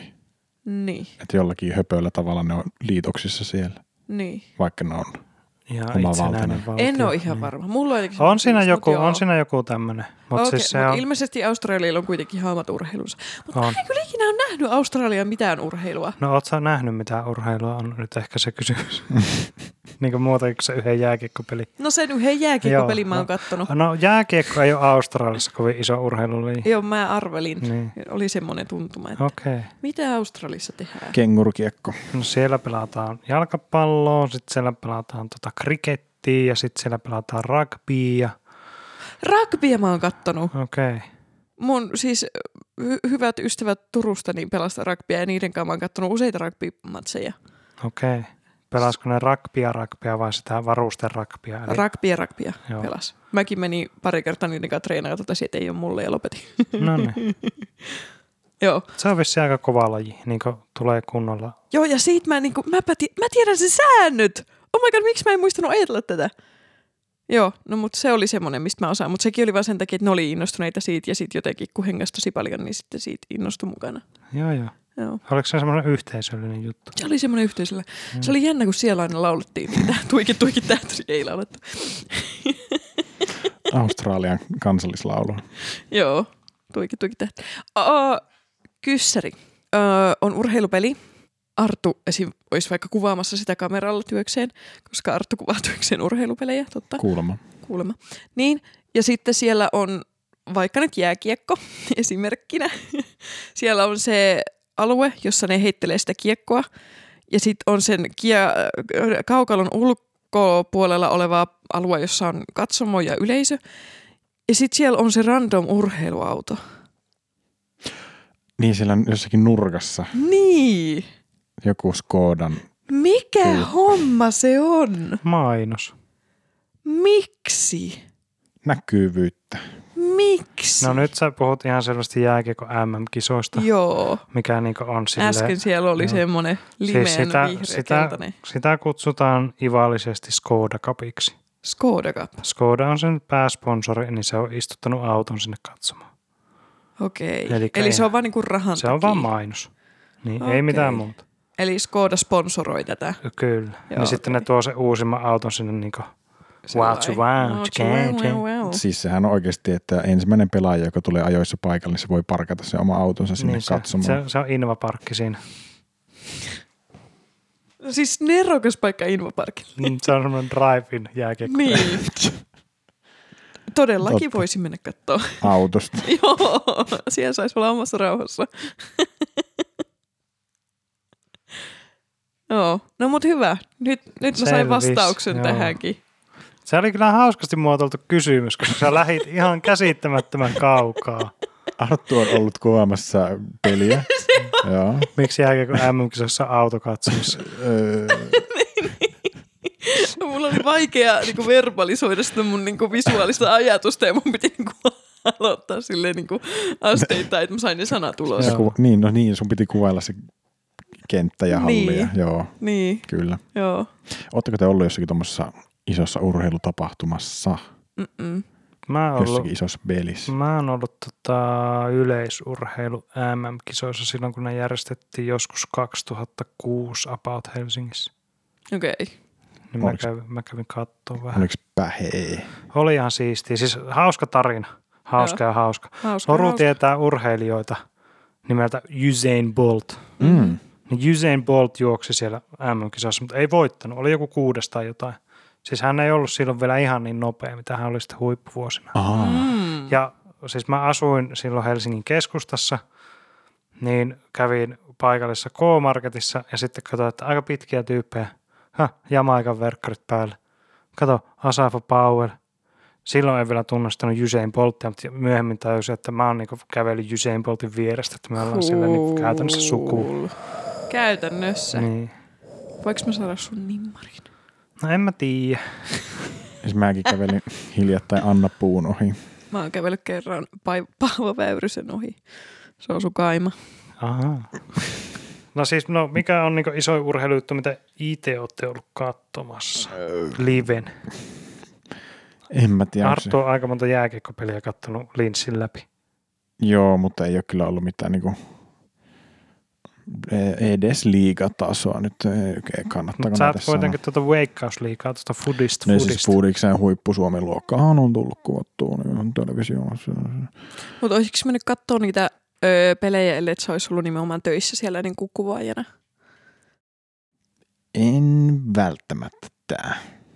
B: Niin,
A: Että jollakin höpöllä tavalla ne on liitoksissa siellä,
B: niin.
A: vaikka ne on.
C: Ihan
A: Oma
C: itsenäinen
A: valtainen.
C: valtio.
B: En ole ihan
C: niin.
B: varma. Mulla on, jotenkin
C: On siinä
B: semmoinen fiilis,
C: joku,
B: mut joo.
C: on siinä joku tämmöinen, mutta
B: Okei,
C: okay, siis se
B: mut
C: on,
B: Ilmeisesti Australialla on kuitenkin ihan omat urheilunsa. Mutta
C: on.
B: eikö ikinä ole nähnyt Australian mitään urheilua?
C: No oot sä nähnyt mitä urheilua on nyt ehkä se kysymys. niin kuin muuta kuin se yhden jääkiekkopeli.
B: No sen yhden jääkiekkopelin
C: Joo,
B: mä oon
C: no.
B: kattonut.
C: No jääkiekko ei ole Australiassa kovin iso urheiluliin.
B: Joo, mä arvelin.
C: Niin.
B: Oli semmoinen tuntuma, että
C: Okei. Okay.
B: mitä Australiassa tehdään?
A: Kengurukiekko.
C: No siellä pelataan jalkapalloa, sitten siellä pelataan tota krikettiä ja sitten siellä pelataan rugbya.
B: Rugbya mä oon kattonut.
C: Okei. Okay.
B: Mun siis hy- hyvät ystävät Turusta niin pelastaa rugbya ja niiden kanssa mä oon kattonut useita rugby-matseja.
C: Okei. Okay. Pelasko ne rugbya, rugbya vai sitä varusten rugbya? Eli,
B: Rugbya, rugbya
C: niin. Joo.
B: pelas. Mäkin menin pari kertaa niiden kanssa treenaamaan, totesin, että ei ole mulle ja lopetin.
C: no niin.
B: Joo.
C: Se on vissiin aika kova laji, niin kuin tulee kunnolla.
B: Joo, ja siitä mä, niinku, mäpä ti- mä tiedän sen säännöt. Oh my god, miksi mä en muistanut ajatella tätä? Joo, no mutta se oli semmoinen, mistä mä osaan. Mutta sekin oli vaan sen takia, että ne oli innostuneita siitä ja sitten jotenkin, kun hengäsi tosi paljon, niin sitten siitä innostui mukana.
C: Joo, joo.
B: Joo.
C: Oliko se semmoinen yhteisöllinen juttu?
B: Se oli semmoinen yhteisöllä. Se oli jännä, kun siellä aina laulettiin niitä. Tuikit, tuikit, tähtäsi ei laulettu.
A: Australian kansallislaulu.
B: Joo, tuikit, tuikit, tähtäsi. Uh, kyssäri uh, on urheilupeli. Arttu esim. olisi vaikka kuvaamassa sitä kameralla työkseen, koska Arttu kuvaa työkseen urheilupelejä, totta,
A: Kuulemma.
B: kuulemma. Niin, ja sitten siellä on vaikka nyt jääkiekko esimerkkinä. Siellä on se alue, jossa ne heittelee sitä kiekkoa, ja sitten on sen kia- äh, kaukalon ulkopuolella oleva alue, jossa on katsomo ja yleisö. Ja sitten siellä on se random urheiluauto.
A: Niin siellä on jossakin nurkassa
B: Niin!
A: joku Skodan.
B: Mikä
A: Kyllä.
B: homma se on?
C: Mainos.
B: Miksi?
A: Näkyvyyttä.
B: Miksi?
C: No nyt sä puhut ihan selvästi jääkiekko MM-kisoista,
B: Joo,
C: mikä niin on silleen...
B: äsken siellä oli
C: No, Joo.
B: semmoinen limeen siis
C: sitä,
B: vihreä
C: sitä,
B: keltainen.
C: sitä kutsutaan ivallisesti Skoda Cupiksi.
B: Skoda Cup.
C: Skoda on sen pääsponsori, niin se on istuttanut auton sinne katsomaan.
B: Okei. Eli,
C: Elikkä
B: Eli se
C: ihan-
B: on vaan niinku rahan
C: Se on
B: takia.
C: vaan mainos. Niin,
B: Okei.
C: ei mitään muuta.
B: Eli Skoda sponsoroi tätä.
C: Kyllä.
B: Joo,
C: Joo, niin sitten
B: okei.
C: ne tuo sen uusimman auton sinne niin kuin, wow,
B: Sellainen.
C: to wow,
B: Wow,
C: to
B: wow,
C: wow,
B: wow, wow.
A: Siis sehän on oikeasti, että ensimmäinen pelaaja, joka tulee ajoissa paikalle, niin se voi parkata sen oma autonsa sinne
C: niin
A: niin
C: se,
A: katsomaan.
C: se, se, on invaparkki siinä.
B: Siis nerokas paikka Invaparkilla.
C: Mm, se on semmoinen drive-in jääkiekko.
B: Niin. Todellakin
A: Totta.
B: voisi mennä katsoa.
A: Autosta.
B: Joo, siellä saisi olla omassa rauhassa. Joo, no mut hyvä. Nyt, nyt mä sain
C: Selvis,
B: vastauksen
C: joo.
B: tähänkin.
C: Se oli kyllä hauskasti muotoiltu kysymys, koska sä lähit ihan käsittämättömän kaukaa.
A: Arttu on ollut kuvaamassa peliä. Joo.
C: Miksi jääkiekko MM-kisossa auto katsomassa?
A: Öö,
B: Mulla oli vaikea niinku verbalisoida sitä mun niinku visuaalista ajatusta ja mun piti niinku aloittaa silleen niin kuin asteittain, että mä sain ne sanat ulos.
A: Ja
C: Joo.
A: ku, niin, no niin, sun piti kuvailla se kenttä ja halli. Ja,
B: Niin.
A: joo,
B: Niin,
A: kyllä.
B: joo.
A: Oletteko te ollut jossakin tuommoisessa isossa urheilutapahtumassa?
B: Mm-mm.
C: Mä oon ollut, Mm.
A: Jossakin isossa belissä?
C: mä oon ollut tota, yleisurheilu MM-kisoissa silloin, kun ne järjestettiin joskus 2006 About Helsingissä.
B: Okei. Okay.
C: Niin mä
A: Oliks-
C: kävin, mä kävin katsoa vähän.
A: Oliko pähee?
C: Oli ihan siistiä. Siis hauska tarina. Hauska ja hauska.
B: Hauska,
C: Noru
B: hauska.
C: tietää urheilijoita nimeltä Usain Bolt.
A: Mm.
C: Niin Usain Bolt juoksi siellä MM-kisassa, mutta ei voittanut. Oli joku kuudes tai jotain. Siis hän ei ollut silloin vielä ihan niin nopea, mitä hän oli sitten huippuvuosina.
A: Aa,
B: Mm.
C: Ja siis mä asuin silloin Helsingin keskustassa, niin kävin paikallisessa K-Marketissa ja sitten katsoin, että aika pitkiä tyyppejä. Ha, Jamaikan verkkarit päällä. Kato, Asafa Powell. Silloin en vielä tunnistanut Usain Boltia, mutta myöhemmin tajusin, että mä oon niinku kävellyt Usain Boltin vierestä, että me ollaan sillä niinku käytännössä suku.
B: Cool. Käytännössä. Niin.
C: Niin.
B: Voinko mä saada sun nimmarin?
C: No en mä tiedä.
A: siis mäkin kävelin hiljattain Anna Puun ohi.
B: Mä oon kävellyt kerran pa- Paavo Väyrysen ohi. Se on sun kaima.
C: Aha. No siis, no mikä on niinku iso urheilujuttu, mitä itse olette ollut katsomassa? Liven.
A: En mä tiedä. onko se-
C: Arttu on aika monta jääkiekkopeliä kattonut linssin läpi.
A: Joo, mutta ei ole kyllä ollut mitään niinku, e- edes liigatasoa nyt. Ei, kannattaako
C: Mutta sä
A: näitä
C: et kuitenkin tuota veikkausliikaa, tuosta foodista,
A: sanoa? Ne siis
C: foodista.
A: Foodiksen huippu Suomen luokkaan on tullut kuvattua niin televisiossa.
B: Mutta olisiko mennyt katsoa niitä öö, pelejä, ellei se olisi ollut nimenomaan töissä siellä niin kuin kuvaajana?
A: En välttämättä.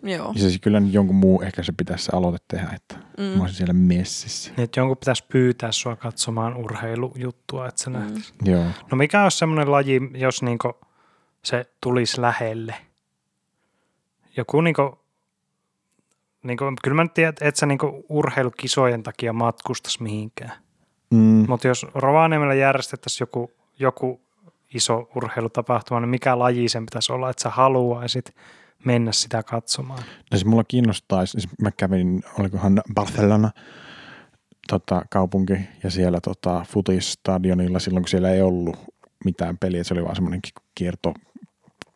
B: Joo.
A: Ja siis kyllä nyt jonkun muu ehkä se pitäisi se aloite tehdä, että mm. mä
B: Mm.
A: olisin siellä messissä.
C: Niin, että jonkun pitäisi pyytää sua katsomaan urheilujuttua, että sä mm.
B: Mm.
A: Joo.
C: No mikä olisi semmoinen laji, jos niinku se tulisi lähelle? Joku niinku, niinku kyllä mä nyt tiedän, että et sä niinku urheilukisojen takia matkustas mihinkään.
A: Mm.
C: Mutta jos Rovaniemellä järjestettäisiin joku, joku iso urheilutapahtuma, niin mikä laji sen pitäisi olla, että sä haluaisit mennä sitä katsomaan?
A: Ja siis mulla kiinnostaisi, siis mä kävin, olikohan Barcelona tota, kaupunki ja siellä tota, futistadionilla silloin, kun siellä ei ollut mitään peliä, se oli vaan semmoinen ki- kierto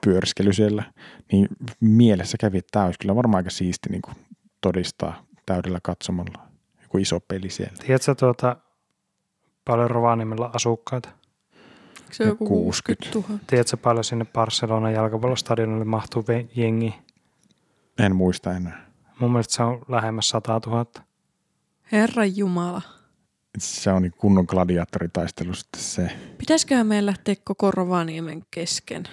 A: pyöriskely siellä, niin mielessä kävi, että tämä olisi kyllä varmaan aika siisti niin kuin todistaa täydellä katsomalla joku iso peli siellä.
C: Tiedätkö sä tuota, paljon Rovaniemellä asukkaita?
B: Eikö Se on joku
A: 60
B: 60 000.
C: Tiedätkö sä, paljon sinne Barcelonan jalkapallostadionille mahtuu ve- jengi?
A: En muista enää.
C: Mun mielestä se on lähemmäs 100 000.
B: Herra Jumala.
A: Se on niin kunnon gladiaattoritaistelu sitten se.
B: Pitäisiköhän meidän lähteä koko Rovaniemen kesken?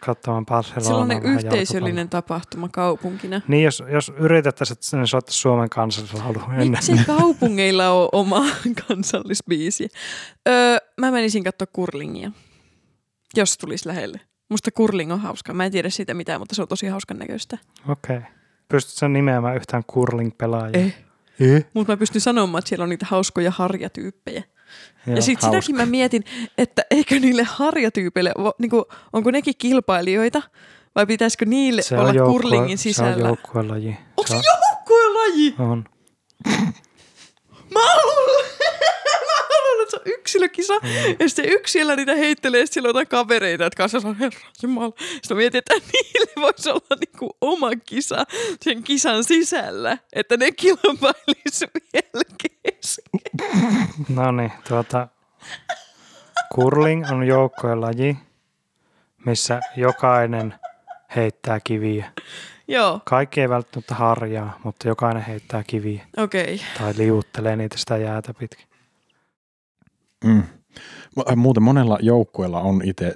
C: Katsomaan Barcelonaa.
B: Sellainen
C: vähän
B: yhteisöllinen tapahtuma kaupunkina.
C: jalkapalloa. Niin, jos, jos yritettäisiin, että ne soittaisi Suomen kansallislaulu ennen.
B: Miksi kaupungeilla on oma kansallisbiisi? Öö, mä menisin katsoa kurlingia, jos tulisi lähelle. Musta kurling on hauska. Mä en tiedä siitä mitään, mutta se on tosi hauskan näköistä.
C: Okei. Okay. Pystytkö sä nimeämään yhtään curling-pelaajaa?
B: Eh.
C: Eh?
B: Mutta mä pystyn sanomaan, että siellä on niitä hauskoja harjatyyppejä.
C: Joo.
B: ja sitten sitäkin mä mietin, että eikö niille harjatyypeille, vo- niinku, onko nekin kilpailijoita vai pitäisikö niille
C: Se
B: olla
C: on joukkue-
B: kurlingin
C: Se
B: sisällä?
C: on joukkuelaji.
B: Onko se joukkueen laji?
C: on, on.
B: Mä haluan, mä haluan, että se on yksilökisa. Mm. Ja sitten yksilöllä niitä heittelee, ja sitten siellä on jotain kavereita, jotka on sellainen, herra jumala. Sitten mä mietin, että niille voisi olla niinku oma kisa sen kisan sisällä, että ne kilpailisi vielä kesken.
C: No niin, tuota, curling on joukkuelaji, missä jokainen heittää kiviä.
B: Joo,
C: Kaikki ei välttämättä harjaa, mutta jokainen heittää kiviä
B: okei. Okay.
C: tai liuuttelee niitä sitä jäätä pitkin.
A: Mm. Mu- Muuten monella joukkueella on itse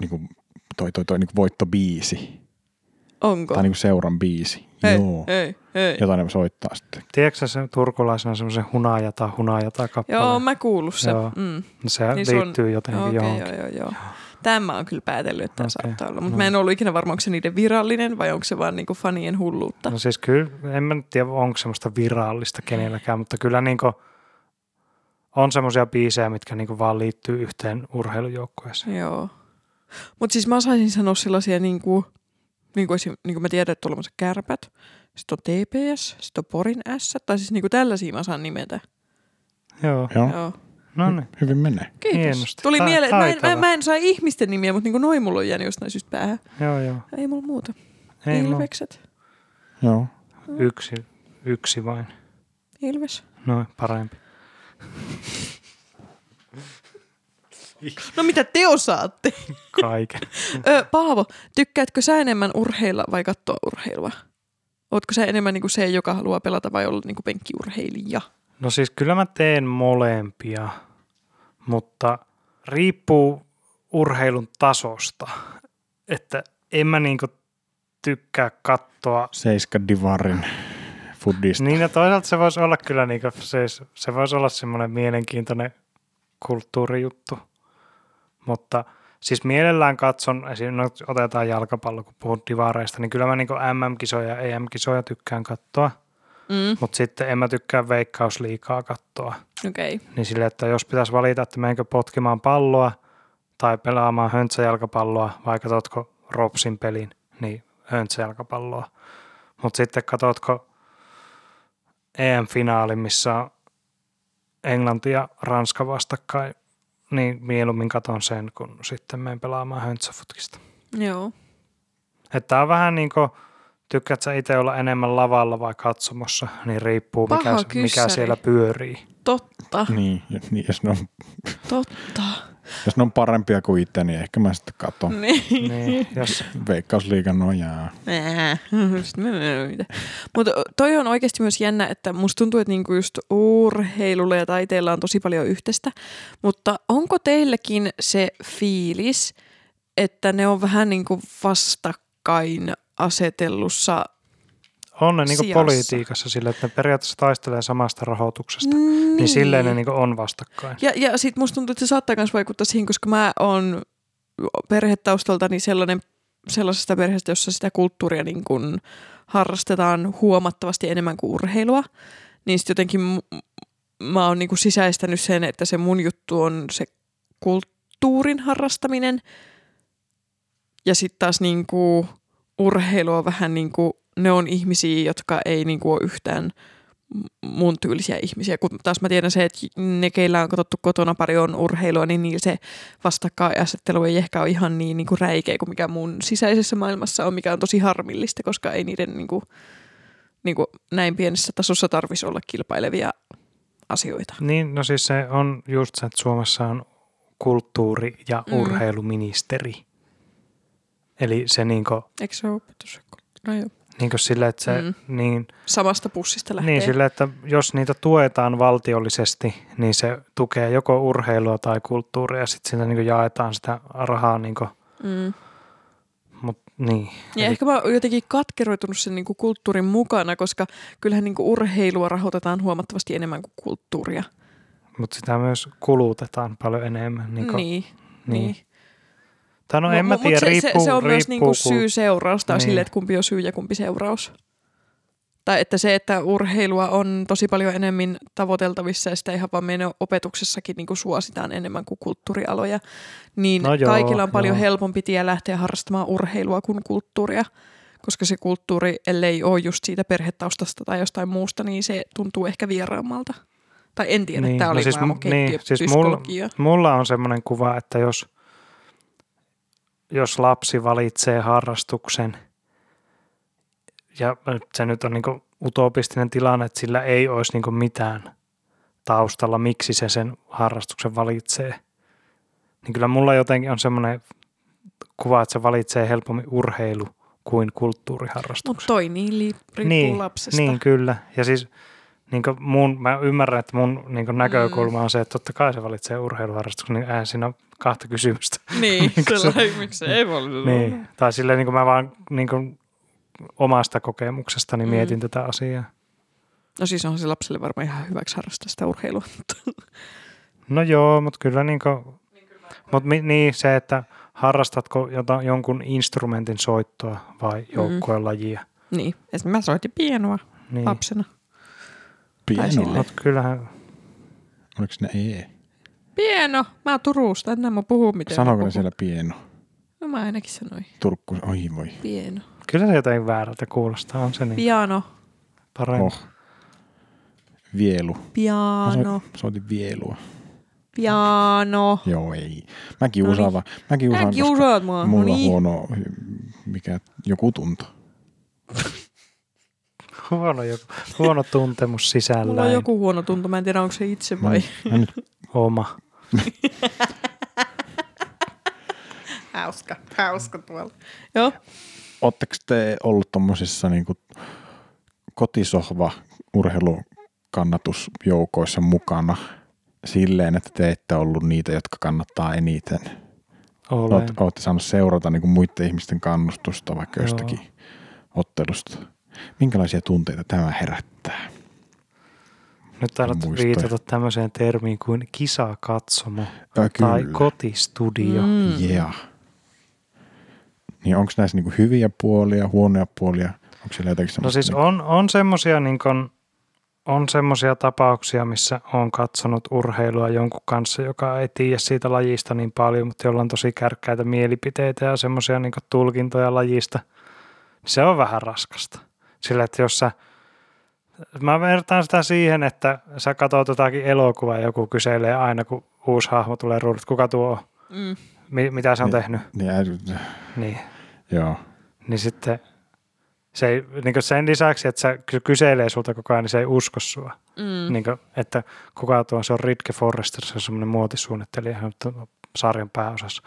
A: niin kuin, toi, toi, toi niin kuin voittobiisi.
B: Onko?
A: Tai niin kuin seuran biisi.
B: hei,
A: Joo.
B: hei, hei.
A: Jotain ne soittaa sitten.
C: Tiedätkö sä se turkulaisena semmoisen hunajata, hunajata kappale?
B: Joo, mä kuullut sen.
C: Joo.
B: Mm.
C: se
B: niin
C: niin
B: se on-
C: liittyy jotenkin
B: Okei,
C: okay, johonkin.
B: joo, joo, joo. Tämä on kyllä päätellyt, että tämä
C: Okei,
B: saattaa olla. Mutta
C: no.
B: mä en ollut ikinä varma, onko se niiden virallinen vai onko se vaan niinku fanien hulluutta.
C: No siis kyllä, en mä nyt tiedä, onko semmoista virallista kenelläkään, mutta kyllä niin on semmoisia biisejä, mitkä niin vaan liittyy yhteen urheilujoukkueeseen.
B: Joo. Mutta siis mä saisin sanoa sellaisia, niin kuin, niin kuin, niin kuin mä tiedän, että on olemassa niinku kärpät, sitten on TPS, sitten on Porin S, tai siis niin kuin tällaisia mä saan nimetä.
C: Joo.
A: Joo,
B: Joo.
C: No niin.
A: hyvin menee.
B: Kiitos.
C: Hienosti.
B: Tuli
C: Ta-
B: mieleen, mä en, mä,
C: taitava.
B: mä en saa ihmisten nimiä, mutta niin noin mulla on jäänyt jostain syystä päähän.
C: Joo, joo.
B: Ei mulla muuta.
C: Ei muu.
B: Ilvekset.
A: Joo.
C: Yksi, yksi vain.
B: Ilves.
C: Noin, parempi.
B: No mitä te osaatte?
C: Kaiken.
B: Ö, Paavo, tykkäätkö sä enemmän urheilla vai katsoa urheilua? Ootko sä enemmän niinku se, joka haluaa pelata vai olla niinku penkkiurheilija?
C: No siis kyllä mä teen molempia, mutta riippuu urheilun tasosta. Että en mä niinku tykkää katsoa.
A: Seiska Divarin foodista.
C: Niin ja toisaalta se voisi olla kyllä niinku, siis, se voisi olla semmoinen mielenkiintoinen kulttuurijuttu. Mutta siis mielellään katson, esim. No, otetaan jalkapallo, kun puhut divareista, niin kyllä mä niinku MM-kisoja ja EM-kisoja tykkään katsoa.
B: Mm,
C: Mutta sitten en mä tykkää veikkausliikaa katsoa.
B: okei. Okay.
C: niin sille, että jos pitäisi valita, että menenkö potkimaan palloa tai pelaamaan höntsäjalkapalloa vai katsotko Ropsin pelin, niin höntsäjalkapalloa. Mutta sitten katsotko EM-finaalin, missä on Englanti ja Ranska vastakkain, niin mieluummin katon sen, kun sitten menen pelaamaan höntsäfutkista.
B: Joo.
C: Että tää on vähän niin kuin, tykkäät sä itse olla enemmän lavalla vai katsomossa, niin riippuu
B: Paha
C: mikä, mikä
B: kyssäri.
C: siellä pyörii.
B: Totta,
A: Niin, jos- niin, jos, ne on,
B: totta.
A: jos ne on parempia kuin itse, niin ehkä mä sitten katson. no
B: Niin.
C: Niin, jos
A: Veikkausliikan nojaa.
B: Ää, sit mä en tiedä mitä. Mutta toi on oikeasti myös jännä, että musta tuntuu, että niinku just urheilulla ja taiteella on tosi paljon yhteistä. Mutta onko teilläkin se fiilis, että ne on vähän niinku vastakkain asetellussa?
C: on ne niin
B: sijassa.
C: politiikassa sillä, että ne periaatteessa taistelee samasta rahoituksesta. Mm.
B: Niin,
C: Niin silleen ne niin on vastakkain.
B: Ja, ja sitten musta tuntuu, että se saattaa myös vaikuttaa siihen, koska mä oon perhetaustaltani sellainen, sellaisesta perheestä, jossa sitä kulttuuria niin kun harrastetaan huomattavasti enemmän kuin urheilua. Niin sitten jotenkin mu- mä oon niin kun sisäistänyt sen, että se mun juttu on se kulttuurin harrastaminen. Ja sitten taas niin kun urheilu on vähän niin kuin, ne on ihmisiä, jotka ei niin kuin ole yhtään m- mun tyylisiä ihmisiä. Kun taas mä tiedän se, että ne, keillä on katsottu kotona paljon urheilua, niin niillä se vastakkainasettelu ei ehkä ole ihan niin, niin kuin räikeä kuin mikä mun sisäisessä maailmassa on, mikä on tosi harmillista, koska ei niiden niin kuin, niin kuin näin pienessä tasossa tarvisi olla kilpailevia asioita.
C: Niin, no siis se on just se, että Suomessa on kulttuuri- ja
B: Mm.
C: mm. urheiluministeri. Eli se niin kuin,
B: Eikö se ole opetus? No joo.
C: niin kuin sille, että se,
B: Mm.
C: mm. niin,
B: Samasta pussista lähtee.
C: niin sille, että jos niitä tuetaan valtiollisesti, niin se tukee joko urheilua tai kulttuuria ja sitten sillä niin jaetaan sitä rahaa. Niin kuin,
B: Mm.
C: mut, niin.
B: Ja
C: Eli-
B: ehkä mä oon jotenkin katkeroitunut sen niinku kulttuurin mukana, koska kyllähän niinku urheilua rahoitetaan huomattavasti enemmän kuin kulttuuria.
C: Mutta sitä myös kulutetaan paljon enemmän. Niin kuin, niin.
B: niin,
C: niin. Tai no, en mä
B: mut
C: tiedä,
B: se,
C: riippuu,
B: se, se on
C: riippuu,
B: myös niinku
C: kun-
B: syy-seurausta niin.
C: Niin.
B: sille, että kumpi on syy ja kumpi seuraus. Tai että se, että urheilua on tosi paljon enemmän tavoiteltavissa ja sitä ihan vaan meidän opetuksessakin niinku suositaan enemmän kuin kulttuurialoja, niin
C: No joo,
B: kaikilla on paljon
C: joo.
B: helpompi tie lähteä harrastamaan urheilua kuin kulttuuria. Koska se kulttuuri, ellei ole just siitä perhetaustasta tai jostain muusta, niin se tuntuu ehkä vieraammalta. Tai en tiedä, niin.
C: Niin,
B: tämä
C: no
B: oli no siis,
C: siis
B: vaan
C: mu- niin, siis mulla-
B: psykologia.
C: Mulla on semmoinen kuva, että jos, jos lapsi valitsee harrastuksen, ja se nyt on niinku utopistinen tilanne, että sillä ei olisi niinku mitään taustalla, miksi se sen harrastuksen valitsee, niin kyllä mulla jotenkin on semmoinen kuva, että se valitsee helpommin urheilu kuin kulttuuriharrastuksen.
B: Mutta toi niin li- riippuu
C: Niin,
B: lapsesta.
C: Niin, kyllä. Ja siis niin mun, mä ymmärrän, että mun niin
B: Mm.
C: näkökulma on se, että totta kai se valitsee urheiluharrastuksen, niin eihän siinä ole kahta kysymystä.
B: Niin,
C: Miksi-
B: sellainen, miksi se ei voi
C: Niin. Tai silleen niin mä vaan niin omasta kokemuksestani
B: Mm.
C: mm. mietin tätä asiaa.
B: No siis onhan se lapselle varmaan ihan hyväksi harrastaa sitä urheilua.
C: No joo, mutta kyllä niin kuin, mut mi, niin, se, että harrastatko jota, jonkun instrumentin soittoa vai
B: Mm.
C: joukkueen lajia.
B: Niin, esimerkiksi mä soitin pienoa
C: Niin.
B: lapsena.
A: Pienoa.
B: silleen.
C: Mutta kyllähän,
A: Oliko ne E? ei?
B: Pieno! Mä oon Turusta, en mä puhu mitään.
A: Sanoiko
B: puhun.
A: ne siellä pieno?
B: No mä ainakin sanoin.
A: Turkku, oi voi.
B: Pieno.
C: kyllä se jotenkin väärältä kuulostaa, on se niin
B: Piano.
C: parempi.
A: Oh. vielu. Mä soitin-
B: Piano,
A: soitin vielua.
B: piano.
A: Joo, ei. Mä kiusaan
B: Noniin.
A: vaan. Mä kiusaan,
B: Sä
A: koska
B: kiusaat mua. No
A: mulla on
B: niin.
A: huono, mikä joku tunto.
C: Huono, joku, huono tuntemus
B: Mulla on
C: sisällä. Joku...
B: joku huono tunto, mä en tiedä onko se itse
A: Mä,
B: vai
A: mä nyt
C: Oma.
B: hauska, hauska tuolla. Joo,
A: Oletteko te ollut tuommoisissa niin kotisohva urheilukannatusjoukoissa mukana silleen, että te ette ollut niitä, jotka kannattaa eniten?
C: Olen.
A: Olet, olette saanut seurata niin muiden ihmisten kannustusta vaikka
C: Joo.
A: jostakin ottelusta. Minkälaisia tunteita tämä herättää?
C: Nyt alat
A: Muistoja.
C: viitata tämmöiseen termiin kuin kisakatsomo
A: Ja,
C: tai
A: kyllä.
C: kotistudio. Mm.
A: Mm. Yeah. Niin onko näissä niin hyviä puolia, huonoja puolia? Onko siellä jotakin
C: No
A: semmoista?
C: siis on, on semmoisia niin kun, on semmoisia tapauksia, missä on katsonut urheilua jonkun kanssa, joka ei tiedä siitä lajista niin paljon, mutta jolla on tosi kärkkäitä mielipiteitä ja semmoisia niin kun tulkintoja lajista. Se on vähän raskasta. Sillä, että jos sä, mä vertaan sitä siihen, että sä katsot jotakin elokuvaa ja joku kyselee aina, kun uusi hahmo tulee ruudut, kuka tuo on,
B: mm.
C: Mi- mitä se on
A: Niin.
C: tehnyt.
A: niin, äh,
C: Niin
A: joo.
C: niin sitten se ei, niin kuin sen lisäksi, että se ky- kyselee sulta koko ajan, niin se ei usko sua.
B: Mm.
C: Mm. Niin kuin, että kuka tuo on, se on Ritke Forrester, se on semmoinen muotisuunnittelija, hän on tu- sarjan pääosassa.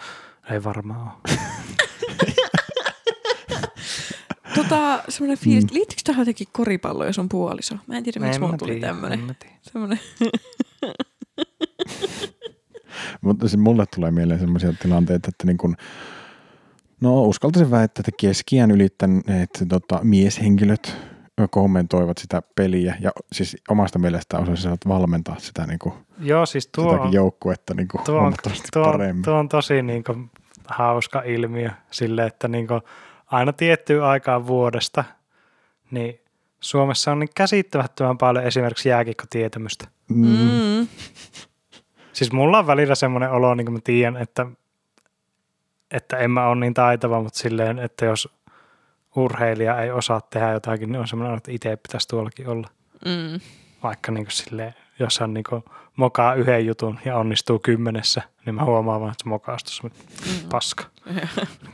C: Ei varmaan ole.
B: Tota, semmoinen fiilis, mm. liittyykö tähän jotenkin koripallo ja sun puoliso? Mä en tiedä, miksi
C: En
B: mulla
C: mä
B: tuli
C: tiedä, en
B: tämmönen.
C: mä tiedä.
B: Semmoinen.
A: Mutta siis mulle tulee mieleen sellaisia tilanteita, että niin kun, no uskaltaisin väittää, että keskiään ylittäneet tota, mieshenkilöt kommentoivat sitä peliä ja siis omasta mielestään osasivat valmentaa sitä niin kuin,
C: Joo, siis tuo
A: sitäkin
C: on,
A: joukkuetta niin kuin,
C: tuo on,
A: huomattavasti
C: tuo on,
A: paremmin.
C: tuo on tosi niin kuin, hauska ilmiö sille, että niin kuin, aina tiettyyn aikaan vuodesta, niin Suomessa on niin käsittämättömän paljon esimerkiksi jääkikkotietämystä.
A: Mm.
B: Mm.
C: Siis mulla on välillä semmoinen olo, niin kuin mä tiedän, että, että en mä ole niin taitava, mutta silleen, että jos urheilija ei osaa tehdä jotakin, niin on semmoinen, olo, että itse pitäisi tuollakin olla.
B: Mm.
C: Vaikka niin kuin silleen, jos hän niin kuin mokaa yhden jutun ja onnistuu kymmenessä, niin mä huomaan vaan, että se mokaa sit semmoinen paska.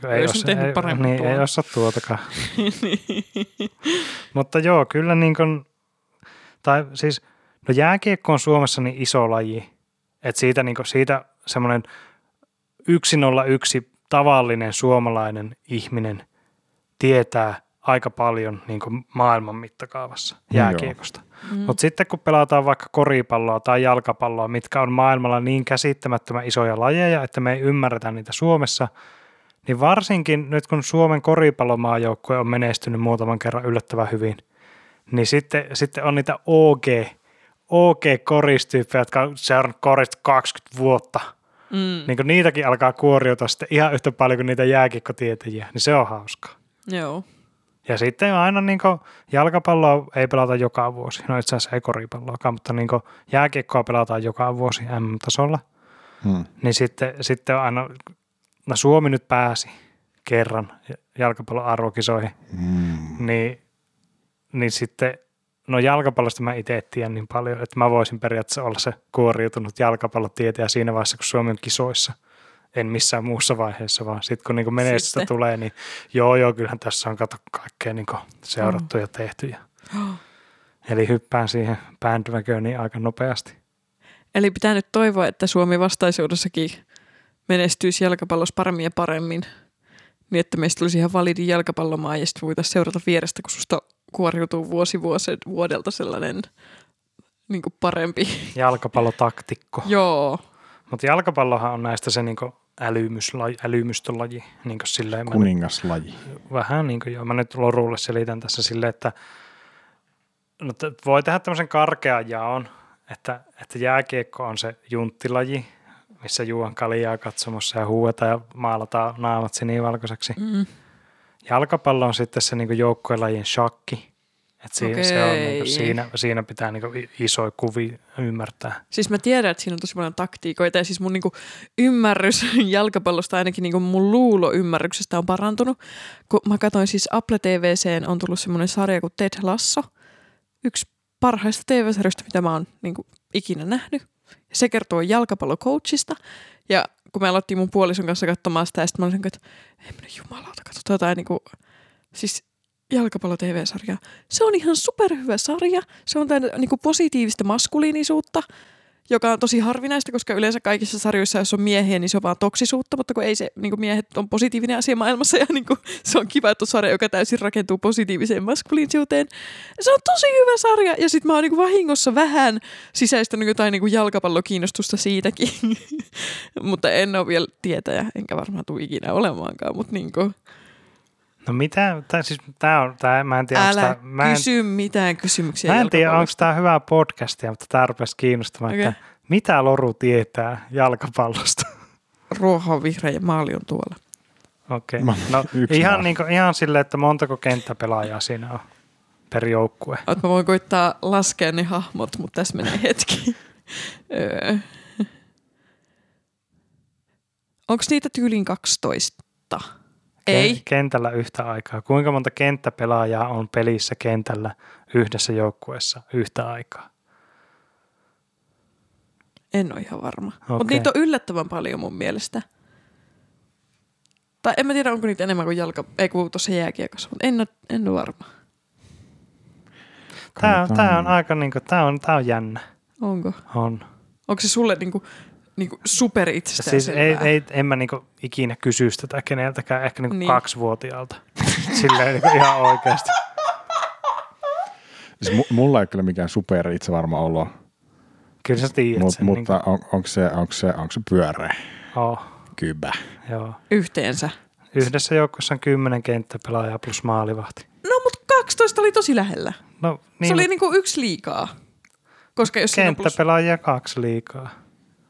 C: Kun
B: Ei olisi Mm. tehnyt paremmin
C: niin,
B: tuon.
C: ei osaa tuotakaan. Mutta joo, kyllä niin kuin, tai siis, no jääkiekko on Suomessa niin iso laji, että siitä, niin kuin, siitä semmoinen 101 tavallinen suomalainen ihminen tietää aika paljon niin kuin maailman mittakaavassa
A: No joo.
C: jääkiekosta. Mutta sitten kun pelataan vaikka koripalloa tai jalkapalloa, mitkä on maailmalla niin käsittämättömän isoja lajeja, että me ei ymmärretä niitä Suomessa, niin varsinkin nyt kun Suomen koripallomaajoukkue on menestynyt muutaman kerran yllättävän hyvin, niin sitten, sitten on niitä OG, OG-koristyyppejä, jotka on seurannut korista 20 vuotta.
B: Mm.
C: Niin kun niitäkin alkaa kuoriutua sitten ihan yhtä paljon kuin niitä jääkikkotietäjiä, niin se on hauskaa.
B: Joo.
C: Ja sitten aina niin jalkapalloa ei pelata joka vuosi. No itse asiassa ei koripalloakaan, mutta niin jääkiekkoa pelataan joka vuosi M-tasolla.
A: Mm.
C: Niin sitten, sitten on aina, no Suomi nyt pääsi kerran jalkapallon arvokisoihin,
A: Mm.
C: niin, niin sitten, no jalkapallosta mä itse tiedän niin paljon, että mä voisin periaatteessa olla se kuoriutunut jalkapallotietäjä siinä vaiheessa, kun Suomi on kisoissa. En missään muussa vaiheessa, vaan sitten kun niinku menestystä
B: Sitten.
C: tulee, niin joo joo, kyllähän tässä on kato kaikkea niinku seurattu ja tehty. Ja. Eli hyppään siihen bandwagoniin aika nopeasti.
B: Eli pitää nyt toivoa, että Suomi vastaisuudessakin menestyisi jalkapallossa paremmin ja paremmin, niin että meistä tulisi ihan validi jalkapallomaa ja sitten voitaisiin seurata vierestä, kun susta kuoriutuu vuosi vuosi vuodelta sellainen niin kuin parempi.
C: Jalkapallotaktikko.
B: Joo.
C: Mutta jalkapallohan on näistä se niinku älymyslaji, älymystölaji. Niinku silleen, mä nyt
A: Kuningaslaji.
C: vähän niin kuin joo, mä nyt lorulle selitän tässä silleen, että no, t- voi tehdä tämmöisen karkean jaon, että, että jääkiekko on se junttilaji, missä juon kaljaa katsomossa ja huuetaan ja maalataan naamat sinivalkoiseksi.
B: Mm.
C: Jalkapallo on sitten se niin joukkuelajien shakki, että si- se on niin
B: Okei.
C: kuin, siinä, siinä pitää niin kuin isoja kuvia ymmärtää.
B: Siis mä tiedän, että siinä on tosi paljon taktiikoita ja siis mun niinku ymmärrys jalkapallosta, ainakin niinku mun luulo ymmärryksestä on parantunut. Kun mä katsoin siis Apple TVCen on tullut semmoinen sarja kuin Ted Lasso, yksi parhaista TV-sarjoista, mitä mä oon niin kuin, ikinä nähnyt. Ja se kertoo jalkapallocoachista. Ja kun me aloittiin mun puolison kanssa katsomaan sitä, ja sitten mä olin että ei mene jumalauta, katsotaan jotain niin kuin, siis jalkapallo-TV-sarjaa. Se on ihan superhyvä sarja. Se on tämän niin kuin, positiivista maskuliinisuutta, joka on tosi harvinaista, koska yleensä kaikissa sarjoissa, jos on miehiä, niin se on vaan toksisuutta, mutta kun ei se, niin kuin miehet on positiivinen asia maailmassa ja niin kuin, se on kiva, että on sarja, joka täysin rakentuu positiiviseen maskuliinisuuteen. Se on tosi hyvä sarja ja sitten mä oon niin vahingossa vähän sisäistänyt jotain niin kuin jalkapallokiinnostusta siitäkin, mutta en ole vielä tietäjä, enkä varmaan tule ikinä olemaankaan, mutta niin kuin,
C: No mitä, tää, siis, tää on, tää, mä en tiedä, onks
B: älä
C: tää, mä en,
B: kysy mitään kysymyksiä
C: mä en tiedä, onko
B: jalkapallosta.
C: tämä hyvää podcastia, mutta tämä rupesi kiinnostamaan, okay. että
B: Okei.
C: mitä Loru tietää jalkapallosta.
B: Ruoho on vihreä ja maali on tuolla.
C: Okei,
A: Mä-
C: okay. no
A: yksi vaan.
C: ihan, niin kuin, ihan silleen, että montako kenttäpelaajaa siinä on per joukkue.
B: Oot, mä voin koittaa laskea ne hahmot, mutta tässä menee hetki. Öö. Onko niitä tyylin 12? Ei.
C: Ken- Kentällä yhtä aikaa. Kuinka monta kenttäpelaajaa on pelissä kentällä yhdessä joukkueessa yhtä aikaa?
B: En ole ihan varma. Okay. Mutta
C: Okei.
B: niitä on yllättävän paljon mun mielestä. Tai en mä tiedä, onko niitä enemmän kuin jalka, ei kun tuossa jääkiekossa, mutta en, oo- en ole varma.
C: Tämä,
A: Katsotaan.
C: tämä on aika niin kuin, tämä on, tämä on jännä.
B: Onko?
C: On.
B: Onko se sulle niinku, niinku super itsestään
C: Siis ei, ei, en mä niin kuin ikinä kysyisi tätä keneltäkään, ehkä niin kuin
B: Niin.
C: niin. kaksivuotiaalta. Silleen niin kuin ihan oikeasti.
A: Siis mu- mulla ei kyllä mikään super itsevarma olo,
C: Kyllä sä tiedät
A: mut,
C: sen.
A: mutta on, onko se, onko se, onko se pyöreä?
C: niin kuin, oh,
A: Kybä.
C: joo.
B: Yhteensä.
C: Yhdessä joukkueessa on kymmenen kenttäpelaajaa plus maalivahti.
B: No mutta 12 oli tosi lähellä.
C: No
B: Niin. Se
C: niin,
B: oli niinku yksi liikaa. Koska jos siinä on plus...
C: kenttäpelaajia kaksi liikaa.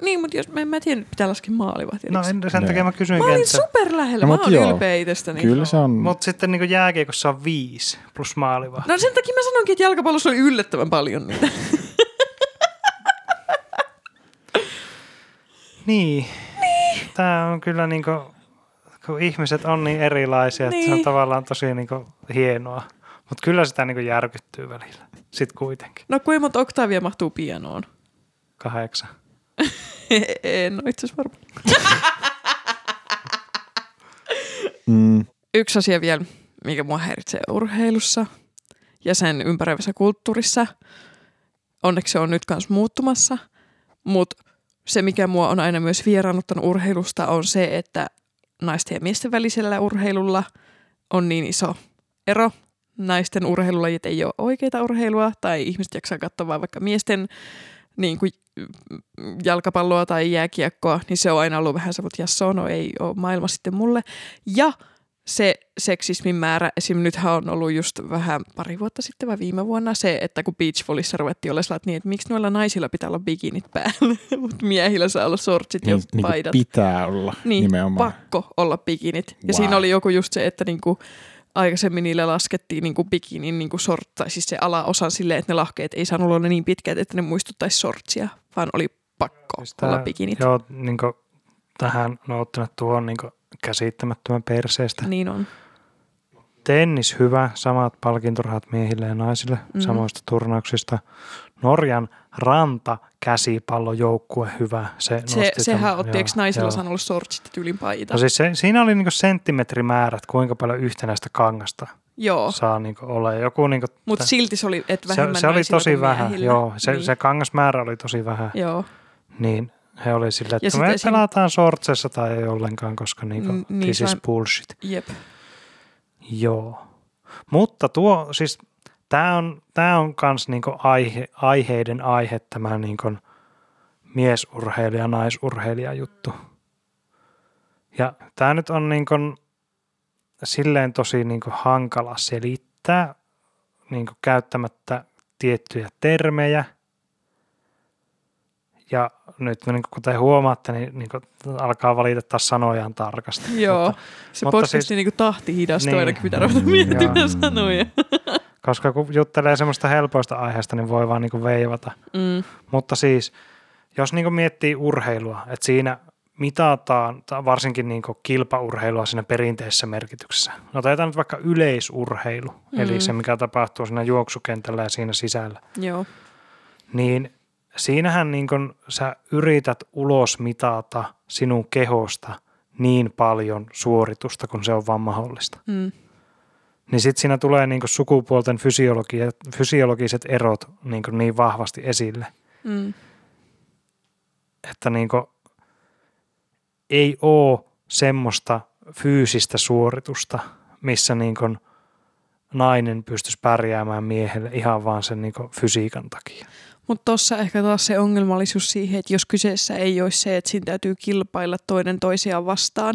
B: Niin, mutta jos, mä en mä tiedä, nyt pitää laskea maalivahtia.
C: No en, sen
A: No.
C: takia mä kysyin
B: mä olin
C: kenttä.
B: super lähellä,
A: No,
B: no, mä
A: mut
B: oon
A: joo.
B: ylpeä itsestäni.
A: Kyllä se on,
C: Mutta sitten niin jääkiekossa on viisi plus maalivahti.
B: No sen takia mä sanoinkin, että jalkapallossa oli yllättävän paljon niitä. No-
C: Niin. niin. Tämä on kyllä niin kuin, kun ihmiset on niin erilaisia, niin. että se on
B: Niin.
C: tavallaan tosi niin kuin hienoa. Mutta kyllä sitä niin kuin järkyttyy välillä. Sitten kuitenkin.
B: No kuinka monta oktaavia mahtuu pianoon?
C: Kahdeksan.
B: en ole itse asiassa varma.
A: mm,
B: Yksi asia vielä, mikä mua häiritsee urheilussa ja sen ympäröivässä kulttuurissa. Onneksi se on nyt myös muuttumassa. Mutta se, mikä mua on aina myös vieraannuttanut urheilusta, on se, että naisten ja miesten välisellä urheilulla on niin iso ero. Naisten urheilulajit ei ole oikeita urheilua, tai ihmiset jaksaa katsoa vaan vaikka miesten niin kuin, mm, jalkapalloa tai jääkiekkoa, niin se on aina ollut vähän se, että jasso, no ei ole maailma sitten mulle. Ja se seksismin määrä, esim. nythän on ollut just vähän pari vuotta sitten vai viime vuonna se, että kun beachvolleyssa ruvettiin olla sellainen, että, niin, että miksi noilla naisilla pitää olla bikinit päällä, mutta miehillä saa olla sortsit ja
A: niin, niin kuin
B: paidat
A: pitää olla niin, nimenomaan.
B: pakko olla bikinit. Ja
A: Wow.
B: siinä oli joku just se, että niinku aikaisemmin niille laskettiin niinku bikinin niinku sort, tai siis se alaosa silleen, että ne lahkeet ei saanut olla niin pitkät, että ne muistuttaisi sortsia, vaan oli pakko
C: Siis
B: olla
C: tää-
B: bikinit.
C: Joo, niin kuin, tähän on ottanut tuohon niin kuin, käsittämättömän perseestä.
B: Niin on.
C: Tennis hyvä, samat palkintorahat miehille ja naisille
B: Mhm.
C: mm. samoista turnauksista. Norjan ranta käsipallojoukkue hyvä. Se
B: Se,
C: nosti
B: sehän
C: tämän-
B: otti,
C: joo,
B: eikö naisilla
C: joo.
B: saanut olla sortsit ja tyylin paita?
C: No siis se, siinä oli niinku senttimetrimäärät, kuinka paljon yhtenäistä kangasta
B: joo,
C: saa niinku olla. Ja Joku niinku,
B: mutta
C: tä-
B: silti se oli, että
C: se,
B: vähemmän
C: se oli
B: naisilla
C: tosi
B: kuin
C: vähän,
B: miehillä.
C: joo. Se,
B: niin.
C: niin. se kangasmäärä oli tosi vähän. Ja.
B: Joo,
C: Niin he oli silleen,
B: Ja
C: että
B: sit
C: me
B: esim-
C: pelataan sortsessa tai ei ollenkaan, koska niinku,
B: N- niin,
C: niin, this is
B: vaan-
C: bullshit.
B: jep.
C: Joo. Mutta tuo, siis tämä on, tää on kans niinku aihe, aiheiden aihe tämä niinku miesurheilija, naisurheilija juttu. Ja tämä nyt on niinku silleen tosi niinku hankala selittää niinku käyttämättä tiettyjä termejä. Ja nyt niinku kuten huomaatte, niin niinku alkaa valita taas sanojaan tarkasti.
B: Joo,
C: Mutta-
B: se
C: mutta
B: podcastin
C: siis-
B: niinku tahti hidastuu niin.
C: Niin.
B: aina, kun pitää ruveta miettimään
C: Joo.
B: sanoja.
C: Koska kun juttelee semmoista helpoista aiheesta, niin voi vaan niinku veivata.
B: Mm.
C: Mutta siis, jos niinku miettii urheilua, että siinä mitataan, tai varsinkin niin kilpaurheilua siinä perinteisessä merkityksessä. No otetaan nyt vaikka yleisurheilu, mm. eli se mikä tapahtuu siinä juoksukentällä ja siinä sisällä.
B: Joo.
C: Niin siinähän niin kun sä yrität ulos mitata sinun kehosta niin paljon suoritusta, kun se on vaan mahdollista.
B: Mm.
C: Niin sitten siinä tulee niin kun sukupuolten fysiologi- fysiologiset erot niin, kun niin vahvasti esille,
B: Mm.
C: että niin kun ei ole semmoista fyysistä suoritusta, missä niin kun nainen pystyisi pärjäämään miehelle ihan vaan sen niin kun fysiikan takia.
B: Mutta tuossa ehkä taas se ongelmallisuus siihen, että jos kyseessä ei olisi se, että siinä täytyy kilpailla toinen toisiaan vastaan,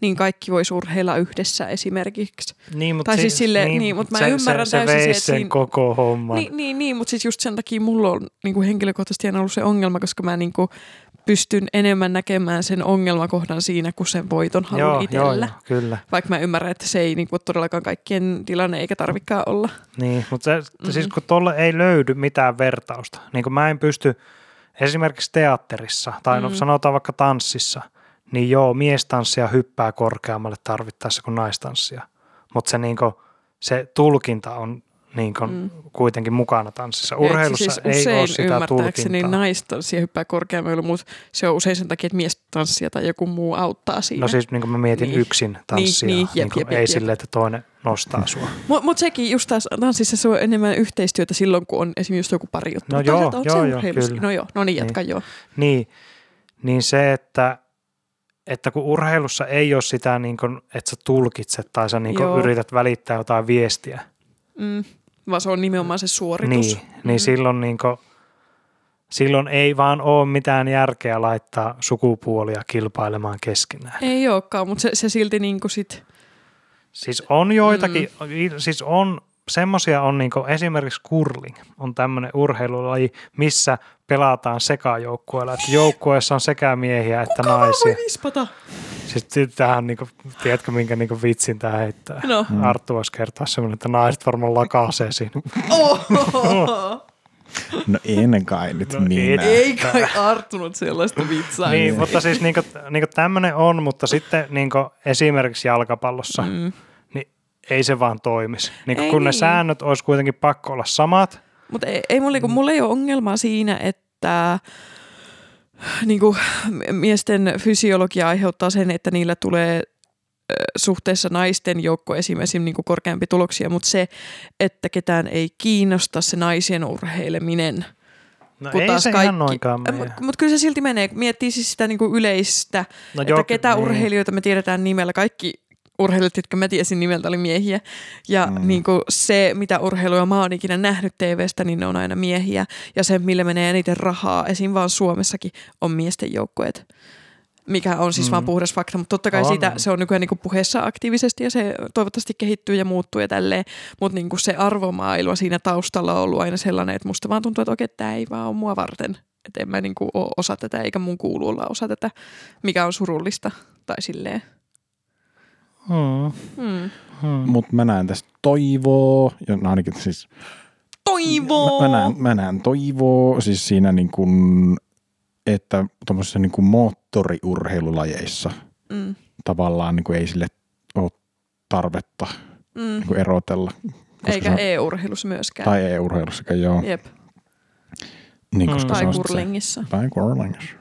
B: niin kaikki voisi urheilla yhdessä esimerkiksi.
C: Niin, mutta
B: Tai siis silleen- niin, mut mä ymmärrän
C: se, se
B: täysin
C: veisi
B: se, että
C: sen
B: siinä-
C: koko homman.
B: Niin, niin, niin mutta siis just sen takia mulla on niin kuin henkilökohtaisesti aina ollut se ongelma, koska mä niin kuin pystyn enemmän näkemään sen ongelmakohdan siinä, kun sen voiton haluan itsellä.
C: kyllä.
B: Vaikka mä ymmärrän, että se ei niin kuin, todellakaan kaikkien tilanne eikä tarvikaan olla.
C: Niin, mutta se, mm-hmm. siis kun tuolle ei löydy mitään vertausta, niin kun mä en pysty esimerkiksi teatterissa tai mm-hmm. no, sanotaan vaikka tanssissa, niin joo, miestanssia hyppää korkeammalle tarvittaessa kuin naistanssia, mutta se, niin se tulkinta on niin kuin, mm. kuitenkin mukana tanssissa. Urheilussa
B: Ja
C: ei ole
B: siis usein
C: sitä
B: ymmärtääkseni
C: tulkintaa.
B: naistanssia hyppää korkeammalle, mutta se on usein sen takia, että mies tanssia tai joku muu auttaa siinä.
C: No siis niin kuin mä mietin
B: Niin.
C: niin. yksin tanssia,
B: niin,
C: niin,
B: jep,
C: niin, niin
B: jep, jep,
C: ei
B: jep.
C: silleen, että toinen nostaa sua.
B: Mutta mut sekin just taas tanssissa se on enemmän yhteistyötä silloin, kun on esimerkiksi just joku pari juttu.
C: No
B: Mut
C: joo,
B: toisaalta on
C: joo,
B: se
C: joo,
B: urheilussa-
C: kyllä.
B: No joo, no niin, jatka niin. joo.
C: Niin, niin se, että, että kun urheilussa ei ole sitä, niin kuin, että sä tulkitset tai sä niin
B: Joo.
C: kuin yrität välittää jotain viestiä,
B: Mm. Vaan se on nimenomaan se suoritus. Mm.
C: niin, niin silloin, niin kuin, silloin ei vaan ole mitään järkeä laittaa sukupuolia kilpailemaan keskenään.
B: Ei olekaan, mutta se, se silti niinku sit,
C: Siis on joitakin, mm. siis on, semmosia on niin kuin, esimerkiksi curling on tämmöinen urheilulaji, missä pelataan sekajoukkueella. Että joukkueessa on sekä miehiä että
B: kuka vaan
C: naisia.
B: voi vispata.
C: Siis tähän, niin kuin, tiedätkö minkä niin kuin vitsin tämä heittää?
B: No,
C: Mm. Arttu voisi kertoa semmoinen, että naiset varmaan lakaasee siinä.
B: Oho.
A: No ennen kai nyt
C: No
A: no, minä.
C: ei.
B: ei kai Artunut sellaista vitsaa.
C: niin, mutta siis niin kuin, niin kuin tämmöinen on, mutta sitten niin kuin esimerkiksi jalkapallossa, mm. niin ei se vaan toimisi. Niin kuin,
B: Ei
C: kun ne
B: niin.
C: säännöt olisi kuitenkin pakko olla samat,
B: Mutta ei, ei mulla, niinku, mulla ei ole ongelmaa siinä, että niinku, miesten fysiologia aiheuttaa sen, että niillä tulee ö, suhteessa naisten joukko esimerkiksi niinku korkeampi tuloksia, mutta se, että ketään ei kiinnosta se naisien urheileminen.
C: no
B: Kun
C: ei
B: taas
C: se
B: kaikki-
C: ihan noinkaan mene.
B: Mutta mut kyllä se silti menee, kun miettii siis sitä niinku yleistä,
C: No
B: että ketä
C: niin.
B: urheilijoita me tiedetään nimellä. Kaikki urheilijat, jotka mä tiesin nimeltä, oli miehiä. Ja mm. niin kuin se, mitä urheilua mä oon ikinä nähnyt TV-stä, niin ne on aina miehiä. Ja se, millä menee eniten rahaa, esim. vaan Suomessakin, on miesten joukkueet. Mikä on siis mm. vaan puhdas fakta, mutta totta kai
C: On,
B: siitä
C: on.
B: se on nykyään niin kuin puheessa aktiivisesti ja se toivottavasti kehittyy ja muuttuu ja tälleen. Mutta niin kuin se arvomaailma siinä taustalla on ollut aina sellainen, että musta vaan tuntuu, että okei, tämä ei vaan ole mua varten. Että en mä niin kuin ole osa tätä eikä mun kuulu olla osa tätä, mikä on surullista tai silleen.
C: Mm.
B: Mm.
A: Mutta mä näen tässä toivoa, ja no ainakin siis Mä,
B: Toivoa!
A: mä, näen, mä näen toivoa siis siinä niin kuin, että tuommoisissa niin kuin moottoriurheilulajeissa
B: Mm.
A: tavallaan niin kuin ei sille ole tarvetta
B: Mm.
A: niin kuin erotella. koska
B: Eikä
A: se on-
B: e-urheilussa myöskään.
A: Tai e-urheilussakaan, joo.
B: Jep.
A: Niin,
C: Mm.
A: koska
B: Tai
A: se on sit se,
B: kurlingissa.
A: tai curlingissa.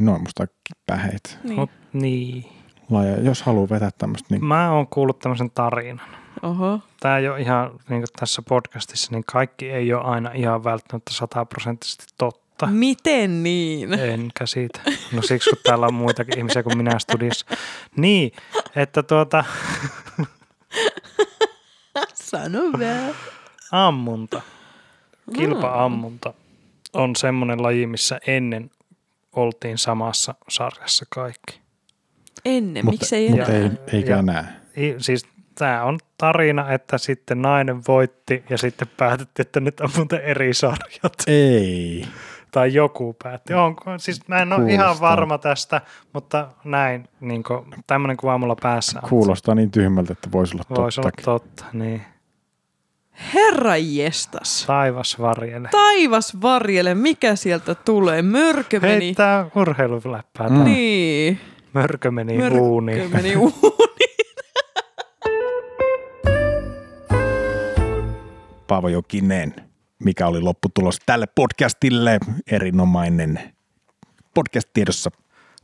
A: No on musta päheitä.
B: Niin.
C: Mut, niin.
A: Laja, jos haluaa vetää tämmöistä,
B: Mm.
A: niin
C: Mä oon kuullut tämmöisen tarinan.
B: Oho.
C: tämä ei ole ihan niin kuin tässä podcastissa, niin kaikki ei ole aina ihan välttämättä sataprosenttisesti
A: Ah.
C: totta.
B: Miten niin?
C: Enkä siitä. No siksi, kun täällä on muitakin ihmisiä kuin minä studiossa. Niin, että tuota,
B: Sano vähän.
C: ammunta, kilpaammunta on semmoinen laji, missä ennen oltiin samassa sarjassa kaikki.
B: Ennen,
A: mutta,
B: miksei
A: mutta
B: enää?
A: ei, eikä
C: Ja-
A: enää.
C: I, siis tämä on tarina, että sitten nainen voitti ja sitten päätettiin, että nyt on muuten eri sarjat.
A: Ei.
C: tai joku päätti. Onko, siis mä en ole
A: Kuulostaa.
C: ihan varma tästä, mutta näin, niin tämmöinen kuva mulla päässä on.
A: Kuulostaa niin tyhmältä, että voisi olla
C: Voisi
A: totta.
C: olla totta, niin.
B: Herra jestas.
C: Taivas varjele.
B: Taivas varjele, mikä sieltä tulee? Mörkö meni.
C: Heittää urheiluläppää.
A: Mm.
C: Mm.
B: Niin.
C: Mörkö meni
B: Mörkö
C: uuniin.
B: meni uuniin.
A: Paavo Jokinen, mikä oli lopputulos tälle podcastille. Erinomainen podcast tiedossa.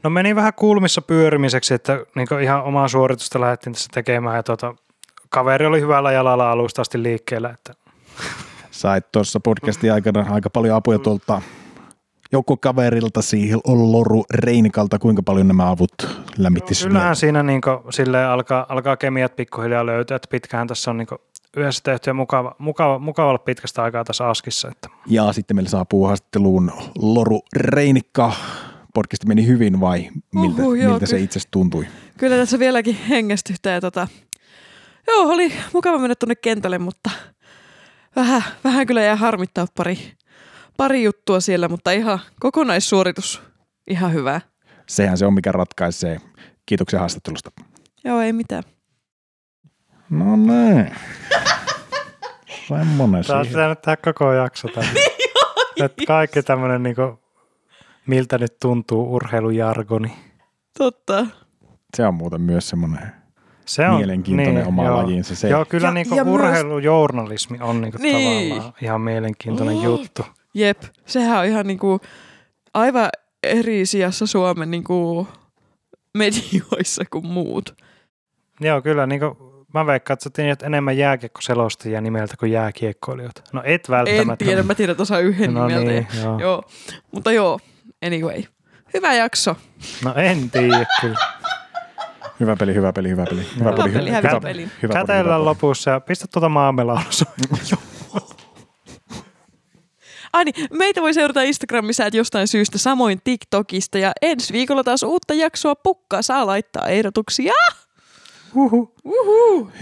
C: No meni vähän kulmissa pyörimiseksi, että niin ihan omaa suoritusta lähdettiin tässä tekemään ja tuota, kaveri oli hyvällä jalalla alusta asti liikkeellä, että
A: Sait tuossa podcastin aikana aika paljon apuja tuolta joukkokaverilta, siihen Loru Reinikalta. Kuinka paljon nämä avut lämmitti
C: Kyllähän siinä niin sille alkaa, alkaa kemiat pikkuhiljaa löytyä, että pitkähän tässä on niin yhdessä tehty ja mukava, mukava, mukava olla pitkästä aikaa tässä askissa. Että.
A: Ja sitten meillä saapuu haastatteluun Loru Reinikka. Podcasti meni hyvin vai miltä,
B: Uhu,
A: Uhu,
B: joo,
A: miltä se
B: kyllä.
A: itse tuntui?
B: Kyllä tässä vieläkin hengestyttää. Tota. Joo, oli mukava mennä tuonne kentälle, mutta vähän, vähän kyllä jää harmittaa pari, pari juttua siellä, mutta ihan kokonaissuoritus ihan hyvä.
A: Sehän se on, mikä ratkaisee. Kiitoksia haastattelusta.
B: Joo, ei mitään.
A: No niin. Semmonen
C: Tämä on
A: siihen.
C: pitänyt tehdä koko jakso tämän. että kaikki tämmöinen niin miltä nyt tuntuu urheilujargoni.
B: Totta.
A: Se on muuten myös semmoinen
C: Se on
A: mielenkiintoinen niin, oma joo. lajiinsa. Se,
C: Joo, kyllä
B: Ja-
C: niin
B: ja myös-
C: urheilujournalismi on niin
B: Niin.
C: tavallaan ihan mielenkiintoinen
B: Mm.
C: juttu.
B: Jep, sehän on ihan niinku aivan eri sijassa Suomen niinku medioissa kuin muut.
C: Joo, kyllä niin kuin, mä veikkaan, että sä tiedät enemmän jääkiekkoselostajia nimeltä kuin jääkiekkoilijoita. No et
B: En
C: välttämättä.
B: tiedä, mä tiedän tuossa yhden
C: no
B: nimeltä.
C: niin, joo.
B: Joo, mutta joo, anyway. Hyvä jakso.
C: No en tiedä kyllä.
A: hyvä peli, hyvä peli, hyvä peli. Hyvä
C: Hyvä
A: peli,
C: peli,
A: hyvä
C: hyvä
B: peli.
A: peli. Hyvä peli, hyvä
C: Kätellään
A: peli.
C: lopussa ja pistä tuota maamelaulossa.
B: Ai niin, meitä voi seurata Instagramissa et jostain syystä, samoin TikTokista. Ja ensi viikolla taas uutta jaksoa pukkaa. Saa laittaa ehdotuksia.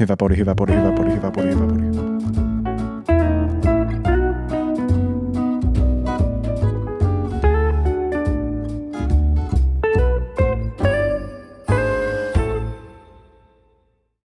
A: Hyvä podi, hyvä podi, hyvä podi, hyvä podi, hyvä podi. Hyvä podi.